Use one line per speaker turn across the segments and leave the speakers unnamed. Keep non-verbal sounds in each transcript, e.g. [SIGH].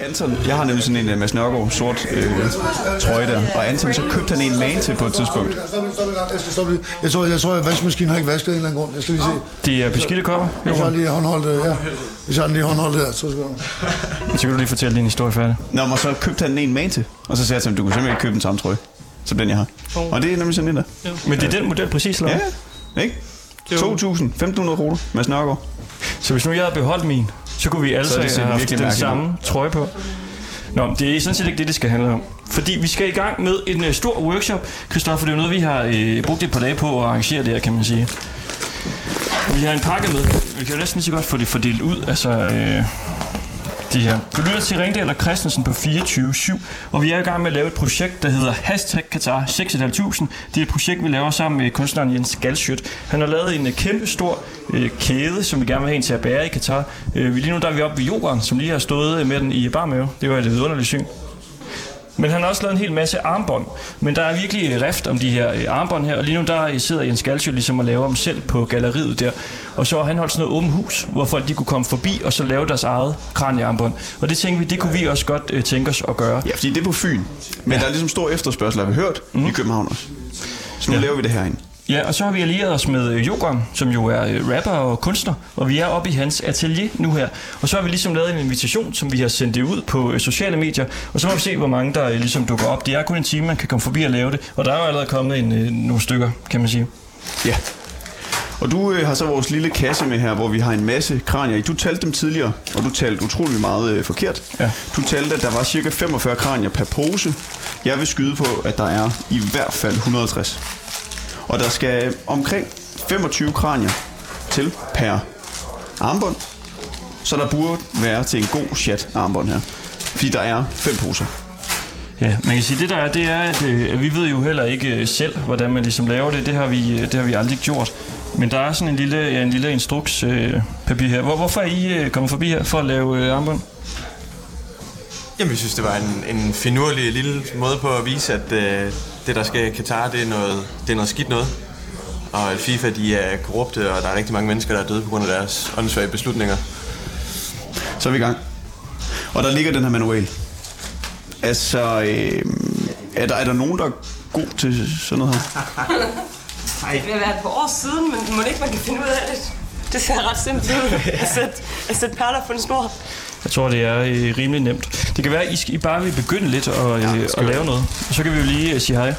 Anton, jeg har nemlig sådan en øh, Mads Nørgaard sort øh, trøje der, og Anton, så købte han en man til på et tidspunkt.
Stop lidt, stop lidt, jeg skal stoppe lidt. Jeg tror, jeg tror, at vaskemaskinen har ikke vasket af en eller anden grund. Jeg skal lige se.
Det er beskidte kopper,
Hvis jeg har
Johan.
lige håndholdt det her. Hvis jeg har lige håndholdt det her, så skal jeg.
Så kan du lige fortælle din historie færdig.
Nå, men så købte han en man til, og så sagde jeg til ham, du kunne simpelthen ikke købe den samme trøje, som den jeg har. Og det er nemlig sådan en der.
Men det er den model præcis, eller
Ja,
hvad?
ikke? 2.000, 1.500 kroner, Mads Nørgaard.
Så hvis nu jeg havde beholdt min, så kunne vi alle
Så havde det
sammen
set
have haft
virkelig
den
mærkeligt
samme trøje på. Nå, men det er sådan set ikke det, det skal handle om. Fordi vi skal i gang med en uh, stor workshop. Kristoffer, det er jo noget, vi har uh, brugt et par dage på at arrangere det her, kan man sige. Og Vi har en pakke med. Vi kan jo næsten lige så godt få det fordelt ud. Altså, øh, det her. Du lytter til Ringdal og Christensen på 24.7, og vi er i gang med at lave et projekt, der hedder Hashtag Qatar 6.500. Det er et projekt, vi laver sammen med kunstneren Jens Galschødt. Han har lavet en øh, kæmpe stor øh, kæde, som vi gerne vil have en til at bære i Katar. Øh, vi- lige nu der er vi oppe ved jorden, som lige har stået øh, med den i barmave. Det var et vidunderligt syn. Men han har også lavet en hel masse armbånd. Men der er virkelig øh, rift om de her øh, armbånd her, og lige nu der øh, sidder Jens Galsjø ligesom og laver dem selv på galleriet der. Og så har han holdt sådan noget åbent hus, hvor folk de kunne komme forbi og så lave deres eget kranjearmbånd. Og det tænkte vi, det kunne vi også godt øh, tænke os at gøre.
Ja, fordi det er på Fyn. Men ja. der er ligesom stor efterspørgsel, har vi hørt, mm. i København også. Så nu ja. laver vi det herinde.
Ja, og så har vi allieret os med øh, Jokeren, som jo er øh, rapper og kunstner, og vi er oppe i hans atelier nu her. Og så har vi ligesom lavet en invitation, som vi har sendt det ud på øh, sociale medier, og så må vi se, hvor mange der øh, ligesom dukker op. Det er kun en time, man kan komme forbi og lave det, og der er jo allerede kommet en, øh, nogle stykker, kan man sige.
Ja. Og du øh, har så vores lille kasse med her, hvor vi har en masse kranier i. Du talte dem tidligere, og du talte utrolig meget øh, forkert.
Ja.
Du talte, at der var cirka 45 kranier per pose. Jeg vil skyde på, at der er i hvert fald 160. Og der skal omkring 25 kranier til per armbånd. Så der burde være til en god chat armbånd her. Fordi der er fem poser.
Ja, man kan sige, det der er, det er, at øh, vi ved jo heller ikke øh, selv, hvordan man ligesom laver det. Det har vi, øh, det har vi aldrig gjort. Men der er sådan en lille, ja, en lille instrukspapir øh, papir her. Hvor, hvorfor er I øh, kommet forbi her for at lave øh, armbånd?
Jamen, vi synes, det var en, en finurlig lille måde på at vise, at øh, det, der sker i Katar, det er, noget, det er noget skidt noget. Og at FIFA, de er korrupte, og der er rigtig mange mennesker, der er døde på grund af deres åndssvage beslutninger.
Så er vi i gang. Og der ligger den her manual. Altså, øh, er, der, er der nogen, der er god til sådan noget her?
Det har været et par år siden, men må ikke man kan finde ud af det. Det ser ret simpelt
[LAUGHS]
ud. At sætte, at sætte perler på en snor.
Jeg tror, det er øh, rimelig nemt. Det kan være, at I, skal, I bare vil begynde lidt og, øh, ja, at lave noget. Og så kan vi jo lige øh, sige hej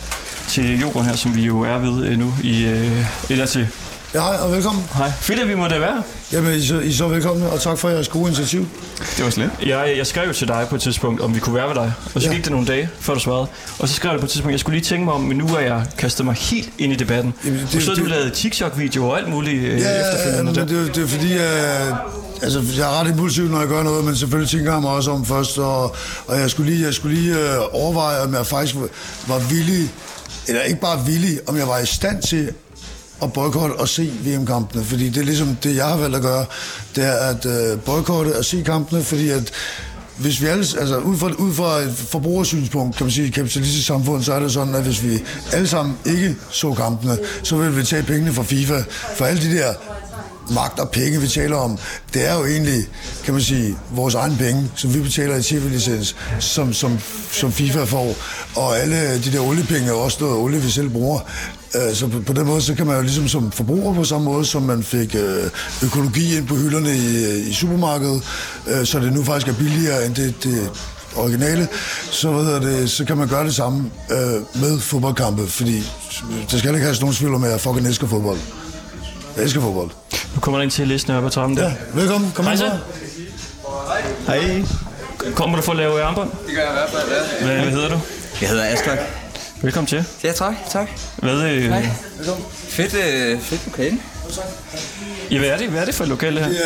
til Jokeren her, som vi jo er ved øh, nu i øh, eller til.
Ja, hej og velkommen.
Hej. Fedt, at vi må da være.
Jamen, I er så, I er så velkomne, og tak for jeres gode initiativ.
Det var slet.
Jeg, jeg skrev jo til dig på et tidspunkt, om vi kunne være ved dig. Og så
Ja.
ja. gik det nogle dage, før du svarede. Og så skrev jeg på et tidspunkt, jeg skulle lige tænke mig om, men nu er jeg kastet mig helt ind i debatten.
Jamen,
Jamen, det,
det-
og så har du
det-
lavet TikTok-videoer og alt muligt øh,
Ja, ja,
efterfølgende.
men
der.
det, er jo- det er fordi, øh, altså, jeg er ret impulsiv, når jeg gør noget, men selvfølgelig tænker jeg mig også om først, og, og jeg skulle lige, jeg skulle lige øh, overveje, om jeg faktisk var villig, eller ikke bare villig, om jeg var i stand til at boykotte og se VM-kampene, fordi det er ligesom det, jeg har valgt at gøre, det er at øh, boykotte og se kampene, fordi at hvis vi alle, altså ud fra, ud fra et forbrugersynspunkt, kan man sige, i et kapitalistisk samfund, så er det sådan, at hvis vi alle sammen ikke så kampene, så vil vi tage pengene fra FIFA, for alle de der magt og penge, vi taler om, det er jo egentlig, kan man sige, vores egen penge, som vi betaler i tv-licens, som, som, som FIFA får. Og alle de der oliepenge er også noget olie, vi selv bruger. Øh, Så på, på den måde, så kan man jo ligesom som forbruger på samme måde, som man fik øh, økologi ind på hylderne i, i supermarkedet, øh, så det nu faktisk er billigere end det, det originale, så, hvad hedder det, så kan man gøre det samme øh, med fodboldkampe, fordi der skal ikke have nogen tvivl om, at jeg fucking elsker fodbold. Jeg elsker fodbold.
Nu kommer der en til listen op ad trappen der.
Ja, velkommen. Kom
Hej
ind
så.
så.
Hej.
Kommer du for at lave armbånd?
Det gør jeg i hvert fald, ja.
Hvad, hvad hedder du?
Jeg hedder Aslak.
Velkommen til.
Ja, tak. tak.
Hvad, øh,
Hej. Fedt, øh, fedt lokale.
ja, hvad, er det, hvad er det for et lokale her?
Det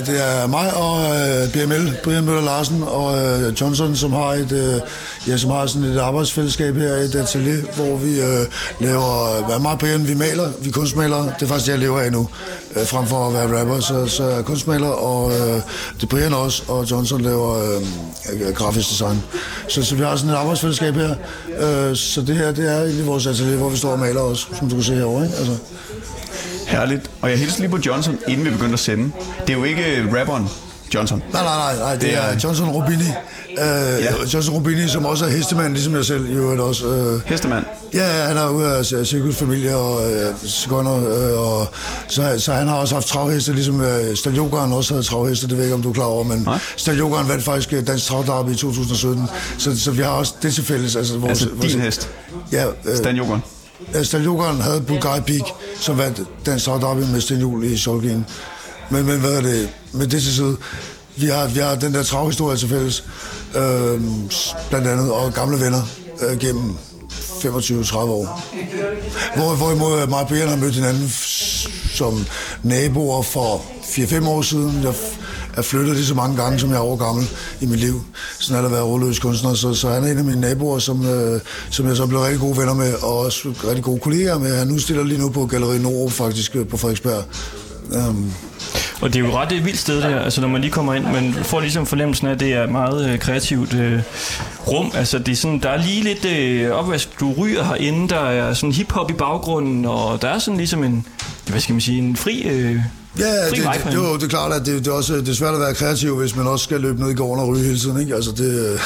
er, det er mig og øh, BML, Brian Møller Larsen og øh, Johnson, som har et, øh, ja, som har sådan et arbejdsfællesskab her i et atelier, hvor vi øh, laver, hvad mig og Brian, vi maler, vi er kunstmalere, det er faktisk det, jeg lever af nu, øh, frem for at være rapper, så, så er jeg kunstmaler, og øh, det er Brian også, og Johnson laver øh, øh, grafisk design. Så, så vi har sådan et arbejdsfællesskab her, øh, så det her, det er egentlig vores atelier, hvor vi står og maler også, som du kan se herovre, ikke? Altså.
Herligt. Og jeg hilser lige på Johnson, inden vi begyndte at sende. Det er jo ikke øh, rapperen, Johnson.
Nej, nej, nej, nej det er Johnson Rubini. Øh, ja. Johnson Rubini, som også er hestemand, ligesom jeg selv i øvrigt også. Øh,
Hestemand.
Ja, han er ude af cirkusfamilie og øh, sekunder, øh, og så, så han har også haft travheste, ligesom øh, Staljokeren også havde travheste, det ved jeg ikke, om du er klar over, men
Nej.
Staljokeren vandt faktisk øh, Dansk Travdarby i 2017, så, så vi har også det til fælles. Altså, vores,
Altså din hest,
Ja, øh,
Dan Jokeren.
Ja, Stan Jokeren Altså, havde Bulgari Peak, som vandt den start op med Sten Juhl i Solgen. Men, men hvad er det? Med det til side, vi har, vi har den der travhistorie til fælles, øh, blandt andet, og gamle venner øh, gennem 25-30 år. Hvor, hvorimod øh, mig og Brian har mødt hinanden f- som naboer for 4-5 år siden. Jeg f- er flyttet lige så mange gange, som jeg er år gammel i mit liv. Sådan har der været overløs kunstner, så, så han er en af mine naboer, som, øh, som jeg så blev rigtig gode venner med, og også rigtig gode kolleger med. Han udstiller lige nu på Galleri Nord, faktisk øh, på Frederiksberg. Um,
Og det er jo ret et vildt sted, det her. Altså, når man lige kommer ind, man får ligesom fornemmelsen af, at det er et meget øh, kreativt øh, rum. Altså, det er sådan, der er lige lidt øh, opvask, du ryger herinde. Der er sådan hiphop i baggrunden, og der er sådan ligesom en, hvad skal man sige, en fri... Øh,
Ja,
Fri
det,
vej for
det,
hende.
jo, det er klart, at det, det, er også, det er svært at være kreativ, hvis man også skal løbe ned i gården og ryge hele tiden. Ikke? Altså det, [LAUGHS] øh,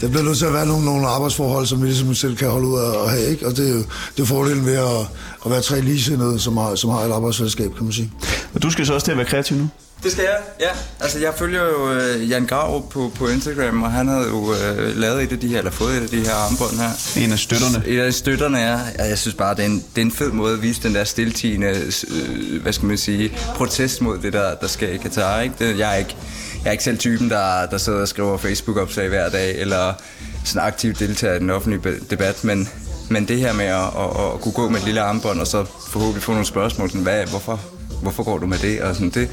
der bliver nødt til at være nogle, nogle arbejdsforhold, som vi ligesom selv kan holde ud af at have. Ikke? Og det, er jo- det er fordelen ved at, at være tre ligesindede, som har, som har et arbejdsfællesskab, kan man sige.
Og du skal så også til at være kreativ nu.
Det skal jeg, ja. Altså, jeg følger jo øh, Jan Grav på, på Instagram, og han havde jo øh, lavet et af de her, eller fået et af de her armbånd her.
En af støtterne.
Et af støtterne er, og jeg synes bare, det er, en, det er en fed måde at vise den der stiltigende, øh, hvad skal man sige, protest mod det, der, der sker i Katar. Ikke? Det, jeg, er ikke, jeg er ikke selv typen, der, der sidder og skriver Facebook-opslag hver dag, eller sådan aktivt deltager i den offentlige be- debat, men, men det her med at, at, at kunne gå med et lille armbånd, og så forhåbentlig få nogle spørgsmål, sådan, hvad, hvorfor, hvorfor går du med det, og sådan, det er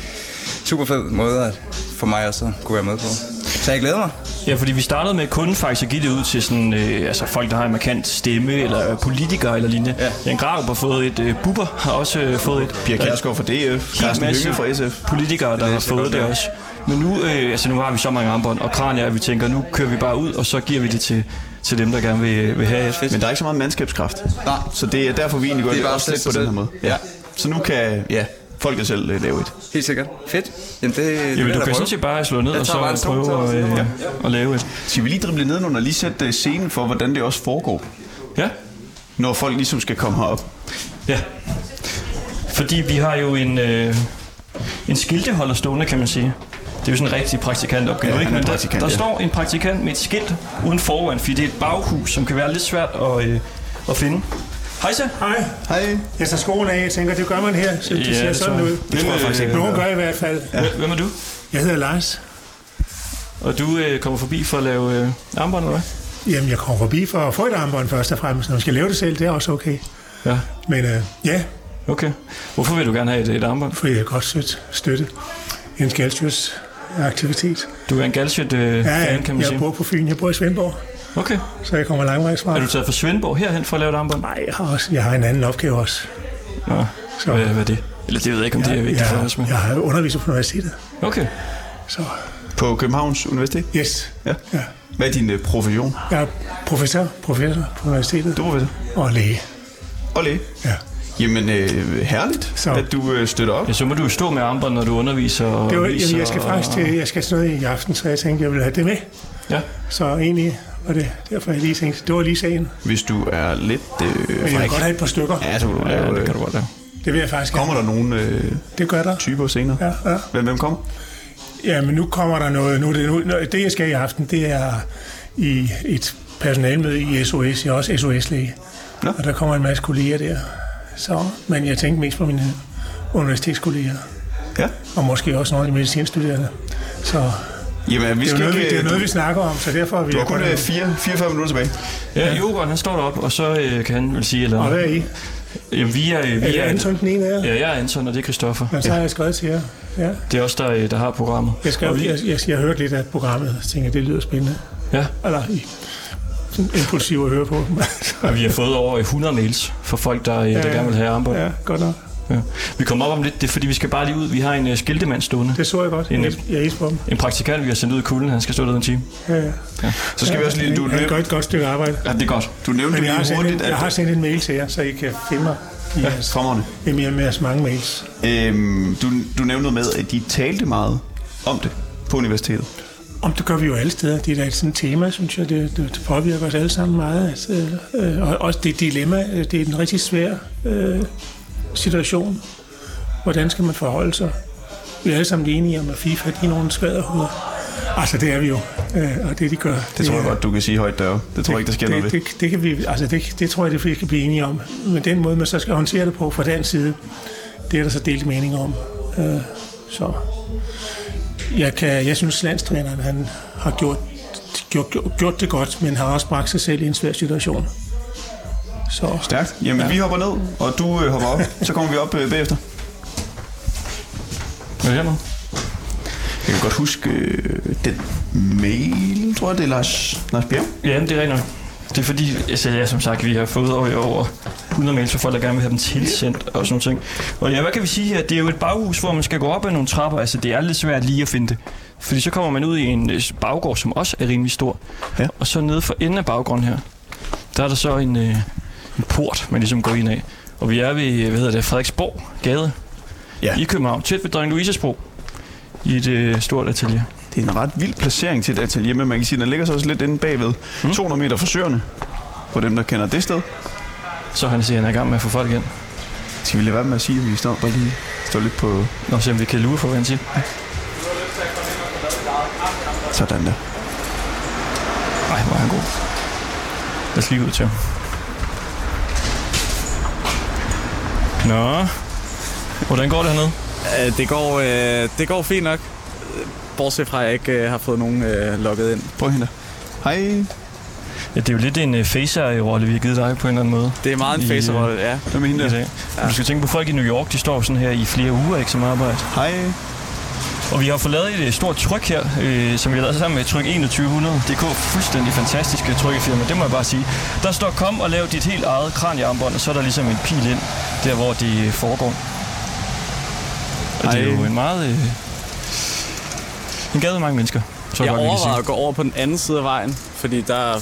super fed måde at, for mig også at kunne være med på. Så jeg glæder mig.
Ja, fordi vi startede med kun faktisk at give det ud til sådan, øh, altså folk, der har en markant stemme, eller øh, politikere eller lignende. Ja.
Ja.
Jan Grav har fået et, øh, Bubber har også øh, fået et.
Pia
Der er
Kjærsgaard fra DF,
en
Carsten
masse
Lykke fra SF.
Politikere, der har
læste jeg
fået
godt,
det
ja.
også. Men nu, øh, altså nu har vi så mange armbånd og kranier, at vi tænker, nu kører vi bare ud, og så giver vi det til, til dem, der gerne vil, vil have et.
Men der er ikke så meget mandskabskraft.
Nej.
Så det er derfor, vi egentlig går
Det er
lidt
bare
også lidt
at
på
sætte sig
den her måde.
selv.
Ja.
Ja.
Så nu kan ja, folket selv øh, lave et.
Helt sikkert. Fedt. Jamen, det, det vil
Jamen,
jeg
du kan
da
sådan
prøve.
set bare slå ned
Jeg
og
tager bare en
så
tom,
prøve
så er
at,
det
øh,
sådan,
ja,
ja.
at lave et.
Skal vi lige drible nedenunder og lige sætte øh, scenen for, hvordan det også foregår,
Ja,
når folk ligesom skal komme herop?
ja. Fordi vi har jo en, øh, en skilteholder stående, kan man sige. Det er jo sådan en rigtig praktikantopgave,
Ja,
ikke?
han er
Men der,
praktikant,
der
ja.
står en praktikant med et skilt uden foran, fordi det er et baghus, som kan være lidt svært at, øh, at finde. Hej så.
Hej.
Hej.
Jeg tager skoen af. Jeg tænker, det gør man her. Så det
Ja,
ser
det
sådan
tror jeg.
ud.
Det tror jeg faktisk ikke.
Nogen gør i hvert fald.
Hvem er du?
Jeg hedder Lars.
Og du øh, kommer forbi for at lave øh, armbånd, eller hvad?
Jamen, jeg kommer forbi for at få et armbånd først og fremmest. Når man skal lave det selv, det er også okay.
Ja,
Men øh, ja,
okay. Hvorfor vil du gerne have et, et armbånd?
for jeg er godt støt, støtte en skaldstyrs aktivitet.
Du er en galshit øh,
Ja,
ja, fan,
ja,
kan man
jeg
sige.
bor på Fyn. Jeg bor i Svendborg,
Okay.
så jeg kommer langvejs fra.
Er du taget fra Svendborg herhen for at lave et armbånd?
Nej, jeg har, også, jeg har en anden opgave også.
Nå,
Så-
hvad, hvad er det? Eller det ved jeg ikke, om det er vigtigt for os, men...
jeg, jeg har underviser på universitetet.
Okay.
Så
På Københavns Universitet?
yes,
Ja.
Ja.
Hvad er din øh, profession?
jeg er professor, professor på universitetet
Du er professor.
og læge.
Og læge.
Ja.
Jamen, øh, herligt, så.
Så.
at du øh, støtter op.
Ja, så må du jo stå med armbånd, når du underviser og
Det var,
viser,
jamen, jeg skal faktisk til, jeg skal sådan noget i aften, så jeg tænkte, jeg ville have det med.
Ja.
Så egentlig var det derfor, jeg lige tænkte, det var lige sagen. Men
Hvis du er lidt øh,
jeg vil
fræk.
godt have et par stykker.
Ja, så vil du lave,
ja,
øh,
det kan du godt lave.
Det vil jeg faktisk
Kommer der nogle øh,
gerne. Det gør der.
typer senere?
Ja, ja.
Hvem, hvem kommer?
ja, men nu kommer der noget. Nu, er det, nu, nu- det, jeg skal i aften, det er i et personalmøde i SOS. Jeg er også SOS-læge.
Nå.
Og der kommer en masse kolleger der. Så, men jeg tænkte mest på mine universitetskolleger.
Ja.
Og måske også nogle af de medicinstuderende. Så
Jamen, vi
det er, jo
skal
noget, vi,
ikke...
det er
øh,
noget, vi snakker om, så derfor vil
Du har
jeg
kun øh,
godt have-
4-5 minutter tilbage.
Ja, Jokeren, han står deroppe, og så øh, kan han vel sige... Eller,
Og hvad er I?
Jamen, vi er... Øh, vi
Er det Anton den ene af jer?
Ja, jeg er Anton, og det er Christoffer.
Jamen, så har jeg skrevet til jer. Ja.
Det er os, der, øh, der har programmet.
Jeg, skrev,
Og
jeg,
vi-
jeg, jeg, jeg hørte lidt af programmet, og tænkte, at det lyder spændende.
Ja,
Eller i- sådan impulsivt at høre på.
og vi har fået over 100 mails fra folk, der, øh, der
ja.
gerne vil have armbånd.
ja, godt nok.
Ja. Vi kommer op om lidt, det er fordi, vi skal bare lige ud. Vi har en øh, skiltemand stående.
Det så jeg godt.
En-
Jeg, jeg hilste på dem.
En praktikant, vi har sendt ud i kulden. Han skal stå der en time.
Ja, ja.
Så skal vi også lige... Du,
det er et
nævnte,
godt, godt stykke arbejde.
ja, det er godt. Du nævnte
Men jeg har,
lige
sendt en,
hurtigt,
jeg har
at...
sendt en mail til jer, så I kan finde mig i jeres,
Fremragende.
i jeres mange mails.
Øhm, du, du nævnte noget med, at de talte meget om det. på universitetet?
Om det gør vi jo alle steder. Det er da et sådan tema, synes jeg. Det, det påvirker os alle sammen meget. Altså, øh, og også det dilemma, øh, det er en rigtig svær øh, situation. Hvordan skal man forholde sig? Vi er alle sammen enige om, at FIFA de er nogle skvaderhoveder. Altså, det er vi jo. Øh, og det, de gør...
Det tror jeg godt, du kan sige højt døre. Det tror jeg ikke, der sker
det,
noget ved.
det, det, det, kan vi, altså det, det tror jeg, det vi kan blive enige om. Men den måde, man så skal håndtere det på fra den side, det er der så delt mening om. Øh, så jeg, kan, jeg synes, landstræneren han har gjort, gjort, gjort, gjort det godt, men har også bragt sig selv i en svær situation. Så
Stærkt. Jamen, ja. vi hopper ned, og du øh, hopper op. Så kommer vi op øh, bagefter.
Hvad er det nu?
Jeg kan godt huske øh, den mail, tror jeg, det er Lars, Lars Bjerg.
Ja, det er rigtigt nok. Det er fordi, altså, ja, som sagt, vi har fået over, over 100 mails fra folk, der gerne vil have dem tilsendt og sådan noget. Og ja, hvad kan vi sige her? Det er jo et baghus, hvor man skal gå op ad nogle trapper. Altså, det er lidt svært lige at finde det. Fordi så kommer man ud i en øh, baggård, som også er rimelig stor.
Ja.
Og så nede for enden af baggrunden her, der er der så en, øh, en port, man ligesom går ind af. Og vi er ved, øh, hvad hedder det, Frederiksborg Gade
Ja.
i København, tæt ved Dronning Louise's Bro, i et øh, stort atelier.
Det er en ret vild placering til et atelier, men man kan sige, at den ligger så også lidt inde bagved. Mm. 200 meter fra søerne, for dem, der kender det sted.
Så han siger, at han er i gang med at få folk ind.
Skal vi lade være med at sige, at vi står bare lige står lidt på
Nå, se om vi kan lure for, hvad han siger.
sådan der.
Ej, hvor er han god. Lad os lige ud til ham. Nå. Hvordan går det hernede?
Øh, Det går, øh, det går fint nok. Øh, Bortset fra, at jeg ikke øh, har fået nogen øh, logget ind.
Prøv hende der. Hej,
Ja, det er jo lidt en uh, facer-rolle, vi har givet dig på en eller anden måde.
Det er meget en
I, øh,
facerolle, ja.
hvad med hende
I
der?
dag. Ja. Du skal tænke på, folk i New York, de står sådan her i flere uger, ikke som arbejde.
Hej.
Og vi har fået lavet et øh, stort tryk her, øh, som vi har lavet sammen med Tryk 2100.dk. Fuldstændig fantastiske trykkefirma, det må jeg bare sige. Der står, kom og lav dit helt eget kranjearmbånd, og så er der ligesom en pil ind, der hvor det øh, foregår. Og det er
Ej.
jo en meget... Øh, en gade med mange mennesker, tror
Jeg
jeg, godt, vi kan sige.
overvejer at gå over på den anden side af vejen, fordi der,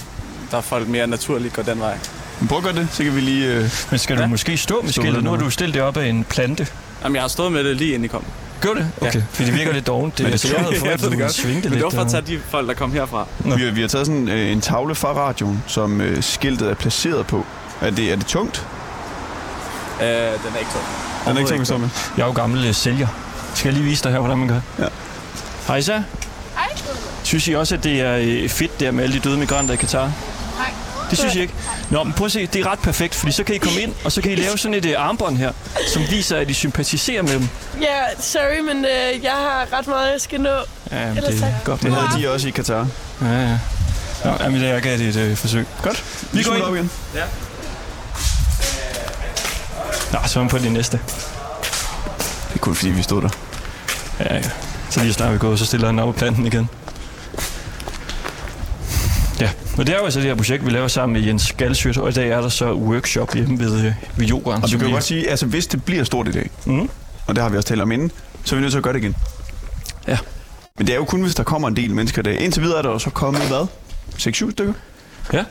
der er folk mere naturligt går den vej.
Men prøv at gøre det, så kan vi lige... Øh...
Men skal du måske stå med skiltet? Nu har du stillet det op af en plante.
Jamen, jeg har stået med det lige inden I kom.
Gør det? Okay. Ja. Fordi det virker lidt dovent. Det, Men det jeg
[LAUGHS]
havde fået, at du ville svinge det
Men
lidt.
det var for at
derovre.
tage de folk, der kom herfra.
Vi, har- vi har taget sådan øh, en tavle fra radioen, som øh, skiltet er placeret på. Er det, er det tungt?
Øh, den er ikke så.
Den er ikke
ikke
tungt sammen.
Jeg er jo gammel øh, sælger. Skal jeg lige vise dig her, hvordan man gør?
Ja.
Hej så. Hej. Synes I også, at det er øh, fedt der med alle de døde migranter i Katar? Nej. Det synes jeg ikke. Nå, men prøv at se, det er ret perfekt, fordi så kan I komme ind, og så kan I lave sådan et øh, armbånd her, som viser, at I sympatiserer med dem.
Ja, yeah, sorry, men øh, jeg har ret meget, jeg skal nå.
Ja, jamen,
Ellers
det er
tak.
godt.
Det
med-
havde de også i Katar.
Ja, ja. Nå, jamen, jeg gav det et øh, forsøg.
Godt.
Vi
Vi
går
går
ind.
op igen.
Nå, så er man på det næste.
Det er kun fordi, vi stod der.
Ja, ja. Så lige snart vi går, så stiller han op på planten igen. Ja, og det er jo altså det her projekt, vi laver sammen med Jens Galsøt, og i dag er der så workshop hjemme ved, øh, ved jorden.
Og vi
som
kan jo
vi-
godt sige, altså hvis det bliver stort i dag,
Mhm.
og det har vi også talt om inden, så er vi nødt til at gøre det igen.
Ja.
Men det er jo kun, hvis der kommer en del mennesker i dag. Indtil videre er der jo så kommet, hvad? 6-7 stykker?
Ja,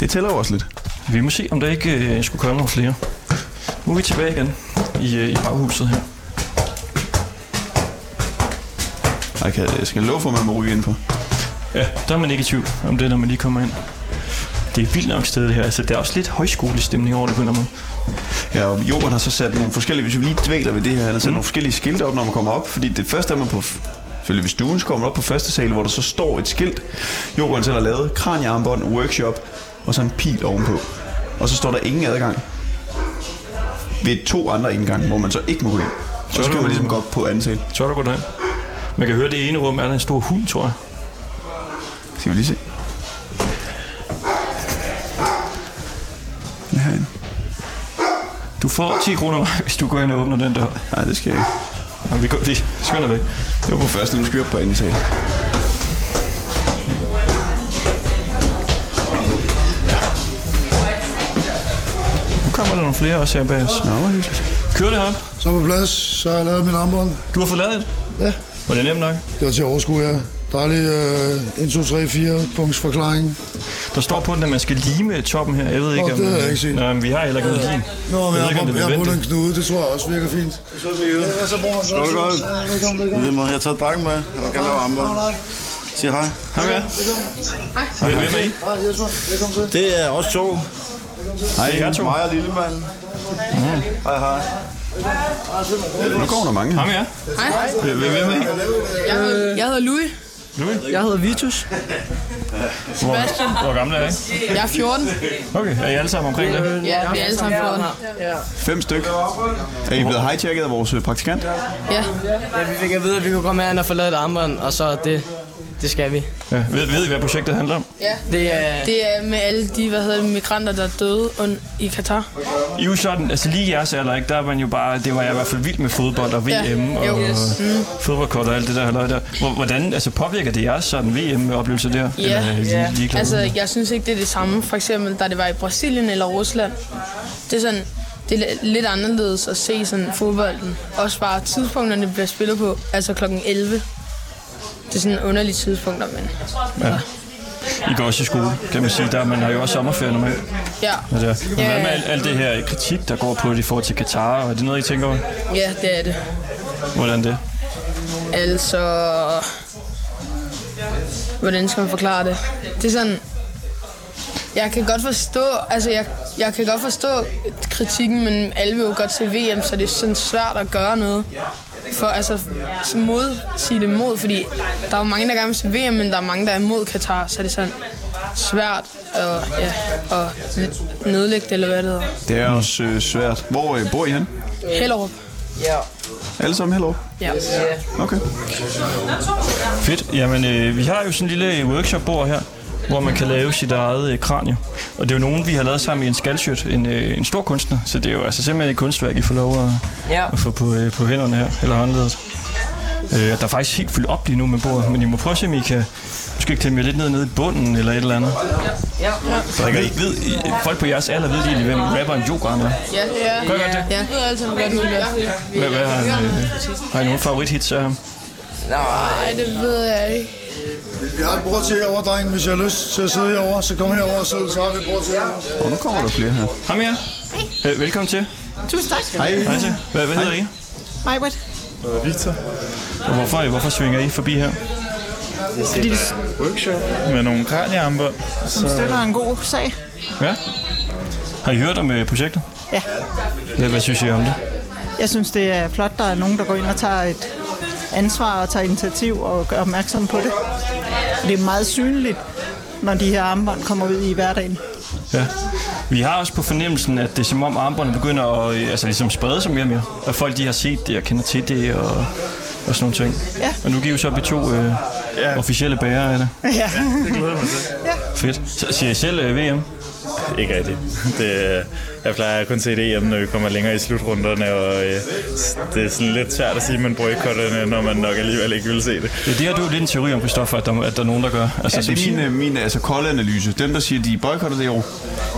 Det tæller jo også lidt.
vi må se, om der ikke øh, skulle komme nogle flere. Nu er vi tilbage igen i, øh, i baghuset her.
Og Jeg, kan, jeg skal love for, at man må ryge ind på.
Ja, der er man ikke i tvivl om det, når man lige kommer ind. Det er et vildt nok sted det her. Altså, der er også lidt højskolestemning over det på en eller anden måde.
Ja, og Jorden har så sat nogle forskellige, hvis vi lige dvæler ved det her, han har sat mm. nogle forskellige skilte op, når man kommer op, fordi det første er man på, selvfølgelig ved stuen, så kommer man op på første sal, hvor der så står et skilt, Jorden selv har lavet, kranjearmbånd, workshop, og så en pil ovenpå. Og så står der ingen adgang ved to andre indgange, hvor man så ikke må gå ind. Og så skal man ligesom gå op på anden sal.
Tør du goddag? Man kan høre, det ene rum er der en stor hund, tror jeg.
Skal vi lige se? Den er herinde.
Du får 10 kroner, [LAUGHS] hvis du går ind og åbner den dør.
Nej, det skal jeg ikke.
Nå, vi, går, vi skynder væk.
Det var på første, nu skal vi op på anden sal.
Nu kommer der nogle flere også her bag os.
Nå, hvor hyggeligt.
Kører det her?
Så er jeg på plads, så har jeg lavet min armbånd.
Du har fået lavet et?
Ja.
Var det nemt nok?
Det var til at overskue, ja. Dejlig øh, 1, 2, 3, 4 punkts forklaring.
Der står på den, at man skal lime toppen her. Jeg ved ikke,
Nå,
om...
det har jeg ikke set.
Nej, men vi har heller ikke noget lim.
Nå, men
jeg
jeg,
ved ikke, om
jeg,
det
jeg
er
har bundet en
nødvendigt.
knude, det tror jeg også virker fint. Så er vi ude. Ja, så bruger man så.
det godt.
Velkommen, velkommen.
Det må jeg tage drak med. Jeg kan lave armbånd. Sig hej.
Hej med jer. Hvem er I?
Hej, Jesper. Velkommen til.
Det er også to.
Hej,
jer to.
mig og Lillemand. Hej, hej. Nu kommer der mange.
Ham med jer. Hvem hvem er I?
Jeg hedder, jeg hedder Louis.
Louis?
Jeg hedder Vitus.
Hvor,
Sebastian.
hvor gamle er I?
Jeg er 14.
Okay, er I alle sammen omkring det?
Ja, vi er alle sammen 14.
Fem styk. Er I blevet hijacket af vores øh, praktikant?
Ja. ja. vi fik at vide, at vi kunne komme herind og få lavet et armbånd, og så det, det skal vi.
Ja, ved, ved I, hvad projektet handler om?
Det er...
Det er med alle de, hvad hedder det, migranter, der er døde und- i Katar.
I er jo sådan, altså lige i jeres alder, ikke? der er man jo bare, det var jeg i hvert fald vild med fodbold og VM
Ja,
og
jo.
yes. fodboldkort og alt det der halløj der. Hvor- Hvordan altså, påvirker det jeres sådan VM-oplevelse der?
Ja,
yeah. lige,
Altså, jeg synes ikke, det er det samme. For eksempel, da det var i Brasilien eller Rusland. Det er sådan, det er lidt anderledes at se sådan fodbolden. Også bare tidspunkterne, det bliver spillet på. Altså klokken 11. Det er sådan underlige tidspunkter, men
I går også i skole, kan man sige. Der, man har jo også sommerferie normalt.
ja.
Altså, men
Ja,
hvad med
ja.
alt, alt det her kritik, der går på det i forhold til Katar? Er det noget, I tænker over?
Ja, det er det.
Hvordan det?
Altså... Hvordan skal man forklare det? Det er sådan... Jeg kan godt forstå, altså jeg, jeg kan godt forstå kritikken, men alle vil jo godt se VM, så det er sådan svært at gøre noget. For altså, så mod, sige det mod, fordi der er jo mange, der gerne vil se VM, men der er mange, der er imod Katar, så det er sådan svært at, ja, at nedlægge det, eller hvad det hedder.
Det er også øh, svært. Hvor øh, bor I hen?
Hellerup.
Alle sammen hello.
Ja.
Okay.
Fedt. Jamen, øh, vi har jo sådan en lille workshop-bord her, hvor man kan lave sit eget øh, kranie. Og det er jo nogen, vi har lavet sammen i en skaldshirt, en, øh, en stor kunstner. Så det er jo altså simpelthen et kunstværk, I får lov at,
Ja.
at få på, øh, på hænderne her, eller håndledet. Øh, der er faktisk helt fyldt op lige nu med bordet, men I må prøve at se, om I kan måske klemme jer lidt ned, ned i bunden eller et eller andet.
Ja.
Så I ved, ved, I- folk på jeres alder ved lige, hvem rapperen Jokeren er.
Ja, ja.
Gør I godt det?
Ja. Det er altid godt,
Hvad, hvad har, han, øh, har I nogle favorithits af ham?
Nej, det ved jeg ikke.
Vi har et bord til herovre, drengen. Hvis jeg har lyst til at sidde herovre, så kom herover og sidde. Så har vi et bord til herovre.
Og nu kommer der flere her.
Ham her. Øh, velkommen til.
Tusind tak.
Hej.
Hej til. Hvad, hvad hedder I?
Majbert.
Og hvorfor, hvorfor svinger I forbi her?
Med nogle kraniearmbånd.
Støtter en god sag.
Ja. Har I hørt om øh, projektet?
Ja.
Hvad, hvad synes I om det?
Jeg synes, det er flot, der er nogen, der går ind og tager et ansvar og tager initiativ og gør opmærksom på det. Det er meget synligt, når de her armbånd kommer ud i hverdagen.
Ja. Vi har også på fornemmelsen, at det er som om armbåndene begynder at øh, altså, ligesom sprede sig mere og mere. Og folk de har set det og kender til det og, og sådan nogle ting.
Ja.
Og nu giver vi så op i to øh, ja. officielle bærere af det.
Ja. [LAUGHS]
Fedt. Så siger I selv øh, VM?
Ikke rigtigt. Det, øh, jeg plejer kun at se det EM, når vi kommer længere i slutrunderne, og øh, s- det er sådan lidt svært at sige, at man boykotter det, når man nok alligevel ikke vil se det.
Ja, det har du jo lidt en teori om, Christoffer, at der, at der er nogen, der gør. Altså,
Ja,
som
det er
siger-
min, øh, min altså, kolde analyse. Dem, der siger, de boykotter det i år,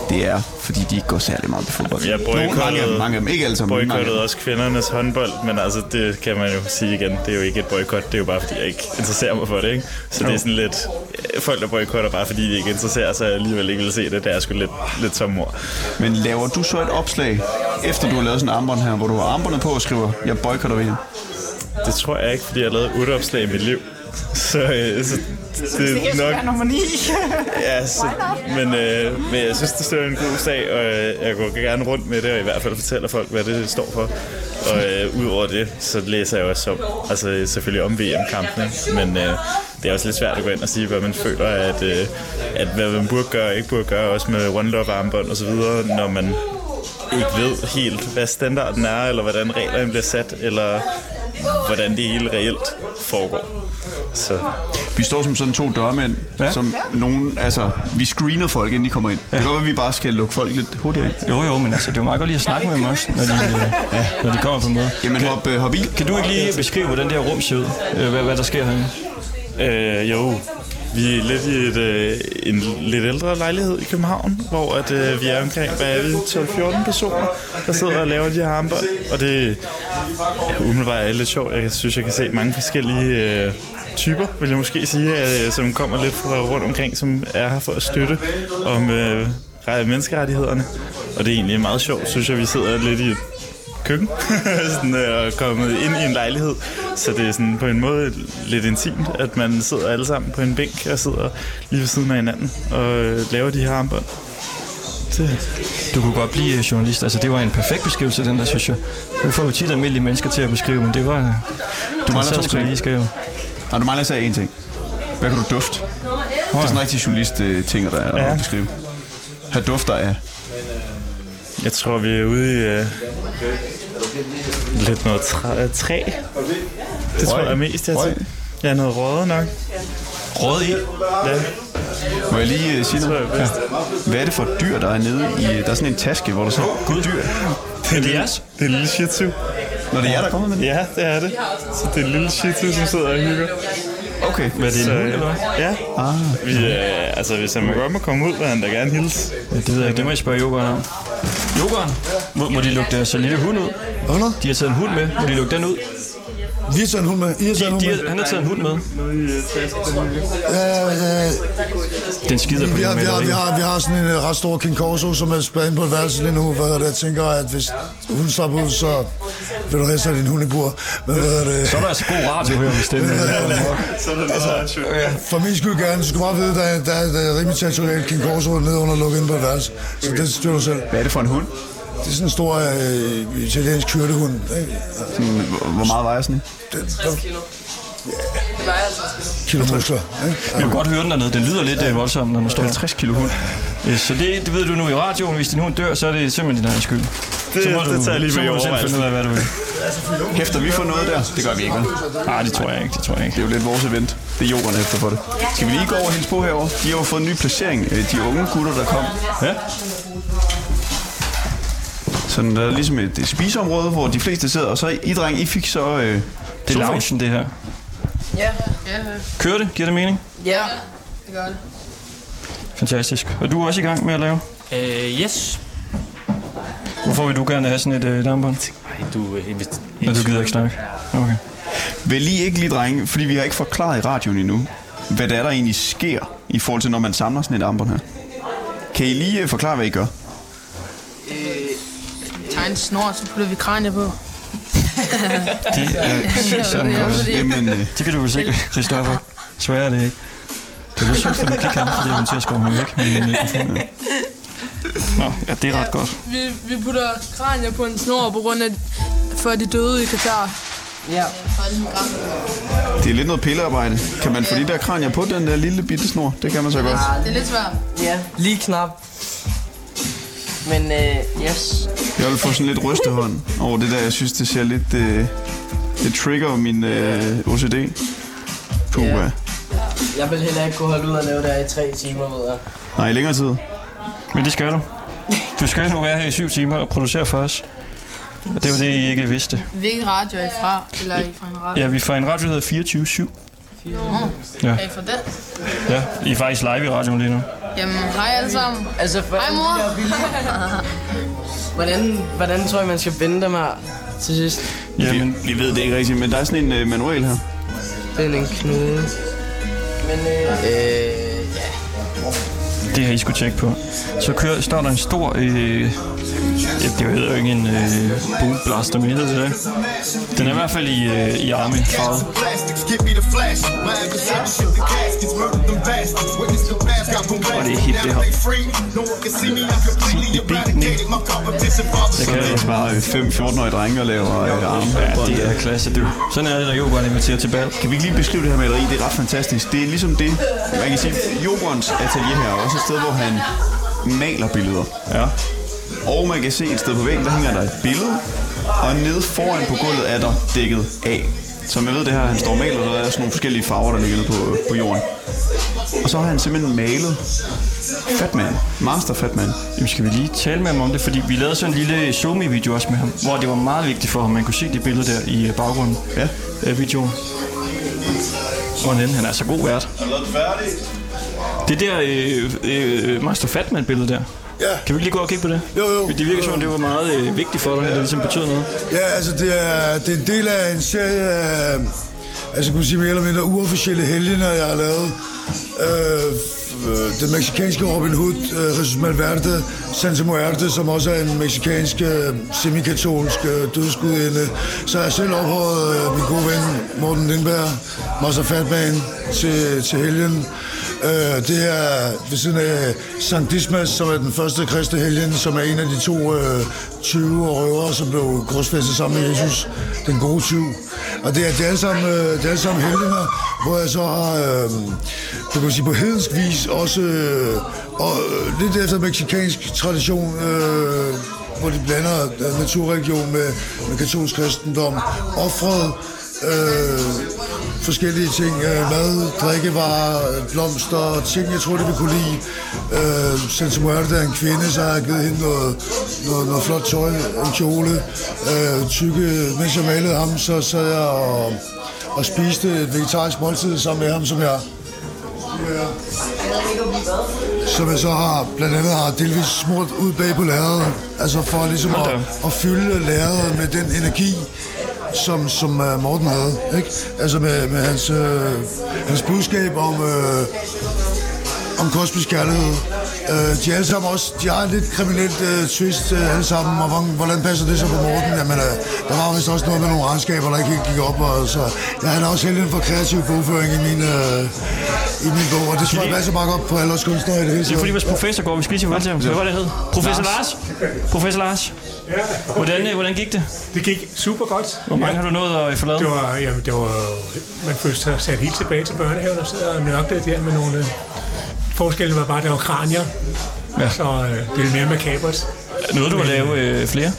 det er, fordi de ikke går særlig meget på fodbold.
Jeg
Nogle, mange af dem, mange af dem. Ikke alle sammen. men mange af dem.
boykottede også kvindernes håndbold, men altså det kan man jo sige igen, det er jo ikke et boykot, det er jo bare fordi jeg ikke interesserer mig for det, ikke? Så det er sådan lidt, øh, folk der boykotter bare fordi de ikke interesserer sig og alligevel ikke vil se det, det er sgu lidt, lidt som mor.
Men laver du så et opslag, efter du har lavet sådan en armbånd her, hvor du har armbåndet på og skriver, jeg boykotter VM?
Det tror jeg ikke, fordi jeg har lavet otte opslag i mit liv. Så, øh, så det er nok...
nummer 9.
[LAUGHS] Ja, så, men, øh, men jeg synes, det står en god sag, og øh, jeg går gerne rundt med det, og i hvert fald fortæller folk, hvad det står for. Og øh, udover det, så læser jeg også om, altså selvfølgelig om VM-kampene, men øh, det er også lidt svært at gå ind og sige, hvad man føler, at, øh, at hvad man burde gøre og ikke burde gøre, også med One Love-armbånd og så videre, når man ikke ved helt, hvad standarden er, eller hvordan reglerne bliver sat, eller hvordan det hele reelt foregår. Så
Vi står som sådan to dørmænd, ja. som nogen, altså, vi screener folk, inden de kommer ind. Ja. Det kan godt være, at vi bare skal lukke folk lidt hurtigere ind.
Jo, jo, men altså, det er jo meget godt lige at snakke med dem også, når de, øh, ja, når de kommer på møde.
Jamen, hop, øh, hop i.
Kan du ikke lige beskrive, hvordan det her rum ser ud? Øh, Hvad, hvad der sker herinde?
Øh, jo, Vi er lidt i et, øh, en lidt ældre lejlighed i København, hvor at, øh, vi er omkring, hvad er vi, 12-14 personer, der sidder og laver de her armbånd. Og det ja, umiddelbart er lidt sjovt. Jeg synes, jeg kan se mange forskellige øh, typer, vil jeg måske sige, øh, som kommer lidt fra rundt omkring, som er her for at støtte om øh, menneskerettighederne. Og det er egentlig meget sjovt, synes jeg, vi sidder lidt i et køkken [LAUGHS] sådan, øh, og kommet ind i en lejlighed. Så det er sådan på en måde lidt intimt, at man sidder alle sammen på en bænk og sidder lige ved siden af hinanden og øh, laver de her armbånd.
Du kunne godt blive øh, journalist. Altså, det var en perfekt beskrivelse, den der, synes jeg. Nu får vi tit almindelige mennesker til at beskrive, men det var... øh,
Du mangler
sad
to
sgu
ting.
lige i skæve.
Nej, du mangler sagde én ting. Hvad kan du dufte? Det er sådan en rigtig journalist-ting, der er ja.
Ja.
at beskrive. Her dufter af.
Jeg tror, vi er ude i øh, lidt noget træ. øh, træ. Det tror
Røg.
jeg er mest, jeg tror.
Røg.
Ja, noget røget nok.
Rød i.
Ja.
Må jeg lige øh, sige
Det tror jeg
noget?
er bedst.
Hvad er det for et dyr, der er nede i... Der er sådan en taske, hvor der så Gud, dyr.
Det er, en lille,
jeres?
det er en lille shih tzu.
Når det er jer, der kommer med det?
Ja, det er det. Så det er en lille shih tzu, som sidder og hygger.
Okay.
Hvad er det, en
Så,
hund, eller hvad?
Ja. Ah. Vi, øh, altså, hvis han må godt må komme ud, vil han da gerne hilse.
Ja, det ved jeg ikke. Det må jeg spørge Jokeren om. Jokeren, må, må de lukke deres lille hund ud?
Hvad nu?
De har taget en hund med. Må de lukke den ud?
Vi har taget en hund med. I har
De,
taget en hund
de,
med.
har- han har taget en hund med.
Øh, øh,
Den skider på
vi, har,
det
vi, har, vi,
maleri.
har, vi har sådan en øh, ret stor King Corso, som er spændt inde på et værelse lige nu. Hvad hedder det? Jeg tænker, at hvis hun slapper ud, så vil du helst have din hund i bur. Men hvad hedder det?
Så er der altså god radio her med stemmen.
Så er det altså,
For min skyld gerne. Du skal bare vide, der, er- der, er- der er rimelig territorialt King Corso nede under lukket inde på et værelse. Så det styrer du selv.
Hvad er det for en hund?
Det er sådan en stor øh, italiensk kyrtehund. ikke? Altså,
Sådan, hvor- Hvor meget vejer sådan en?
50 kilo. Det vejer 50 kilo.
Kilo muskler. Ikke?
Jeg kan godt høre den dernede. Den lyder lidt øh, voldsomt, når man står
50 kilo hund.
Ja, Øh, Så det, det ved du nu i radioen. Hvis din hund dør, så er det simpelthen din egen skyld.
Det,
Så må
det
du,
tager jeg lige
så
med i
må du selv finde
overvejelsen.
ud af, hvad du vil.
Hæfter vi for noget der? Det gør vi ikke, vel?
Nej, det tror jeg ikke. Det tror jeg ikke.
Det er jo lidt vores event. Det er jorden efter for det. Skal vi lige gå over hendes på herover? De har jo fået en ny placering, øh, de unge gutter, der kom.
Ja?
Sådan, der er ligesom et et spiseområde, hvor de fleste sidder, og så I dreng, I fik så...
Det
Øh,
er
sofaen.
loungen, det her.
Ja.
Kører det? Giver det mening?
Ja. Det gør det.
Fantastisk. Og du er også i gang med at lave?
Øh, yes.
Hvorfor vil du gerne have sådan et øh, dampbånd?
Ej, du er invest...
Men du gider ikke snakke. Okay.
Vil I ikke lige, drenge, fordi vi har ikke forklaret i radioen endnu, hvad der, er, der egentlig sker i forhold til, når man samler sådan et armbånd her. Kan I lige øh, forklare, hvad I gør?
Tag en snor, så putter vi kranier
[LAUGHS]
på.
Det er sådan
Ja,
noget.
fordi-
Jamen, øh,
Det kan du vel se, Christoffer. Svær er det ikke. Det er lidt synd for, at du ikke kan, fordi jeg vil til at skåre mig væk. med øh, min mikrofon. Nå, ja, det er ret godt.
Vi, vi putter kranier på en snor på grund af, for de døde i Katar.
Ja.
det er lidt noget pillearbejde. Kan man få de der kranier på den der lille bitte snor? Det kan man så godt.
Det er lidt svært.
Ja, lige knap. Men øh, yes.
Jeg vil få sådan lidt rystehånd over det der. Jeg synes, det ser lidt... Øh, det trigger min øh, OCD. Puh,
Ja.
yeah.
Jeg vil heller ikke kunne holde ud og lave det her i tre timer, ved jeg.
Nej, i længere tid.
Men det skal du. Du skal nu være her i syv timer og producere for os. Og det var det, I ikke vidste.
Hvilken radio er I fra? Eller er I fra en radio?
Ja, vi får en radio, der hedder 24-7.
Ja. Er I fra den?
Ja, I er faktisk live i radioen lige nu.
Jamen, hej alle sammen.
Altså, for
Hej mor.
hvordan, hvordan tror jeg, man skal binde dem her til sidst?
Jamen,
Vi, vi ved det ikke rigtigt, men der er sådan en øh, manual her.
Den er en knude. Men øh, øh ja.
det har I skulle tjekke på. Så kører, står der en stor... Øh, ja, det hedder jo ikke en øh, boom blaster, men hedder det det? Den er i hvert fald i, øh, i army farvet.
Og det er helt det her.
Så kan jeg bare 5-14-årige drenge og lave øh, arme.
Ja, det er klasse, du. Sådan er det, når Jokeren inviterer til bal.
Kan vi ikke lige beskrive det her maleri? Det er ret fantastisk. Det er ligesom det, man kan sige, Jokerens atelier her er også et sted, hvor han maler billeder.
Ja.
Og man kan se et sted på væggen, der hænger der et billede, og nede foran på gulvet er der dækket af. Så man ved det her, han står og maler, og der er sådan nogle forskellige farver, der ligger nede på, på jorden. Og så har han simpelthen malet Fatman, Master Fatman.
Jamen skal vi lige tale med ham om det, fordi vi lavede sådan en lille Zoom-video også med ham, hvor det var meget vigtigt for ham, man kunne se det billede der i øh, baggrunden
Ja.
af videoen. Hvordan han er så god vært. Det der øh, øh, Master Fatman-billede der.
Ja.
Kan vi ikke lige gå og kigge på det?
Jo, jo.
Det virker som, om det var meget øh, vigtigt for dig, at det ligesom betød noget.
Ja, altså det er, det er en del af en serie af, altså kan man sige mere eller mindre uofficielle helgener, jeg har lavet. Øh, f- øh, den meksikanske Robin Hood, øh, Jesus Malverde, Santa Muerte, som også er en meksikansk øh, semikatolsk øh, dødskudinde. Så jeg har selv ophøjet øh, min gode ven Morten Lindberg, Master Fatman, til, til helgen. Øh, det er ved siden af Sankt Dismas, som er den første kristne helgen, som er en af de to øh, 20 røvere, som blev korsfæstet sammen med Jesus, den gode tyv. Og det er, det er alle sammen, øh, det er alle sammen helgener, hvor jeg så har, øh, det kan man sige på hedensk vis, også øh, og, øh, lidt efter meksikansk tradition, øh, hvor de blander øh, naturreligion med, med katolsk kristendom, offret øh, forskellige ting. Øh, mad, drikkevarer, øh, blomster, ting, jeg tror, det vil kunne lide. Øh, Santa Muerte er en kvinde, så har jeg givet hende noget, noget, noget flot tøj, en kjole. Øh, tykke, mens jeg malede ham, så sad jeg og, og spiste et vegetarisk måltid sammen med ham, som jeg som jeg så har blandt andet har delvis smurt ud bag på lærredet, altså for ligesom at, at fylde lærredet med den energi, som, som øh, Morten havde, ikke? Altså med, med hans, øh, hans budskab om, øh, om kosmisk kærlighed. Øh, de er alle sammen også, de har en lidt kriminelt øh, twist øh, alle sammen, og hvordan, hvordan passer det så på Morten? Jamen, øh, der var vist også noget med nogle regnskaber, der ikke helt gik op, og så ja, han er også heldig for kreativ bogføring i min, øh, i min bog, og det tror jeg passer meget godt på alle os kunstnere i det hele
Det er fordi vores professor går, vi skal lige sige farvel til ham. Hvad var det hed? Professor Lars? Professor Lars? Hvordan, øh, hvordan gik det?
Det gik super godt.
Hvor mange har du nået at forlade?
Det var, jamen, det var, man følte sig sat helt tilbage til børnehaven og sidder og nørkler der med nogle... øh, Forskellen var bare, at der var kranier, ja. så øh, det er mere makabert.
Nåede du at lave øh, flere?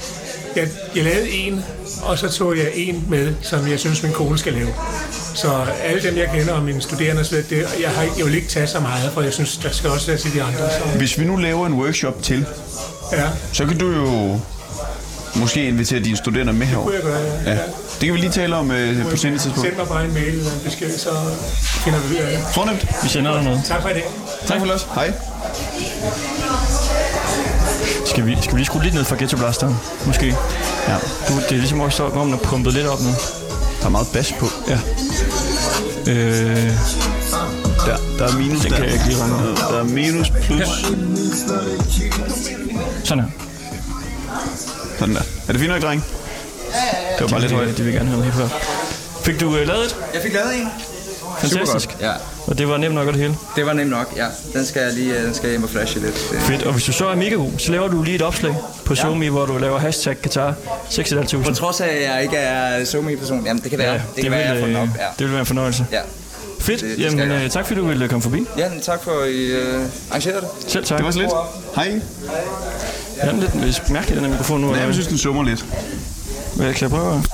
Jeg, jeg lavede en, og så tog jeg en med, som jeg synes, min kone skal lave. Så alle dem, jeg kender, og mine studerende og så videre, det, jeg, har, ikke- jeg vil ikke tage så meget, for jeg synes, der skal også være til de andre. Så,
Hvis vi nu laver en workshop til,
ja.
så kan du jo måske invitere dine studerende med herover.
kunne jeg gøre, ja.
ja. Det kan vi lige tale om øh, på senere tidspunkt.
Send mig bare en mail eller en besked, så finder vi ud af det.
Fornemt.
Vi sender dig noget.
Tak for i dag.
Tak for os. Hej.
Skal vi, skal vi lige skrue lidt ned for Ghetto Blasteren? Måske.
Ja.
Du, det er ligesom også om, den er pumpet lidt op nu.
Der er meget bas på.
Ja. Øh...
Der, der er minus
Den
der.
kan jeg ikke lige regne ud.
Der er minus plus.
Sådan her.
Sådan der. Er det fint nok, dreng? Det var bare lidt højt.
Det vil gerne have noget hiphop. Fik du øh, lavet et?
Jeg fik lavet en.
Fantastisk.
Super godt. Ja,
Og det var nemt nok og det hele.
det var nemt nok, ja. Den skal jeg lige øh, den skal jeg hjem og flashe lidt. Det-
Fedt. Og hvis du så er mega god, så laver du lige et opslag på Xiaomi, hvor du laver hashtag Qatar 6.500.
På trods af, at jeg ikke er SoMe-person, jamen det kan være, ja, det, kan være, jeg får den op.
øh,
Ja.
det vil være en fornøjelse.
Ja.
Fedt.
Det- det skal
Jamen,
jeg gøre.
øh, tak fordi du ville komme forbi.
Ja, men tak for, at I øh, arrangerede det.
Selv tak.
Det var så lidt.
God
Hej.
Jamen, lidt mærkeligt, den her mikrofon nu.
Nej, jeg synes, den summer lidt.
Hvad, kan jeg prøve? at-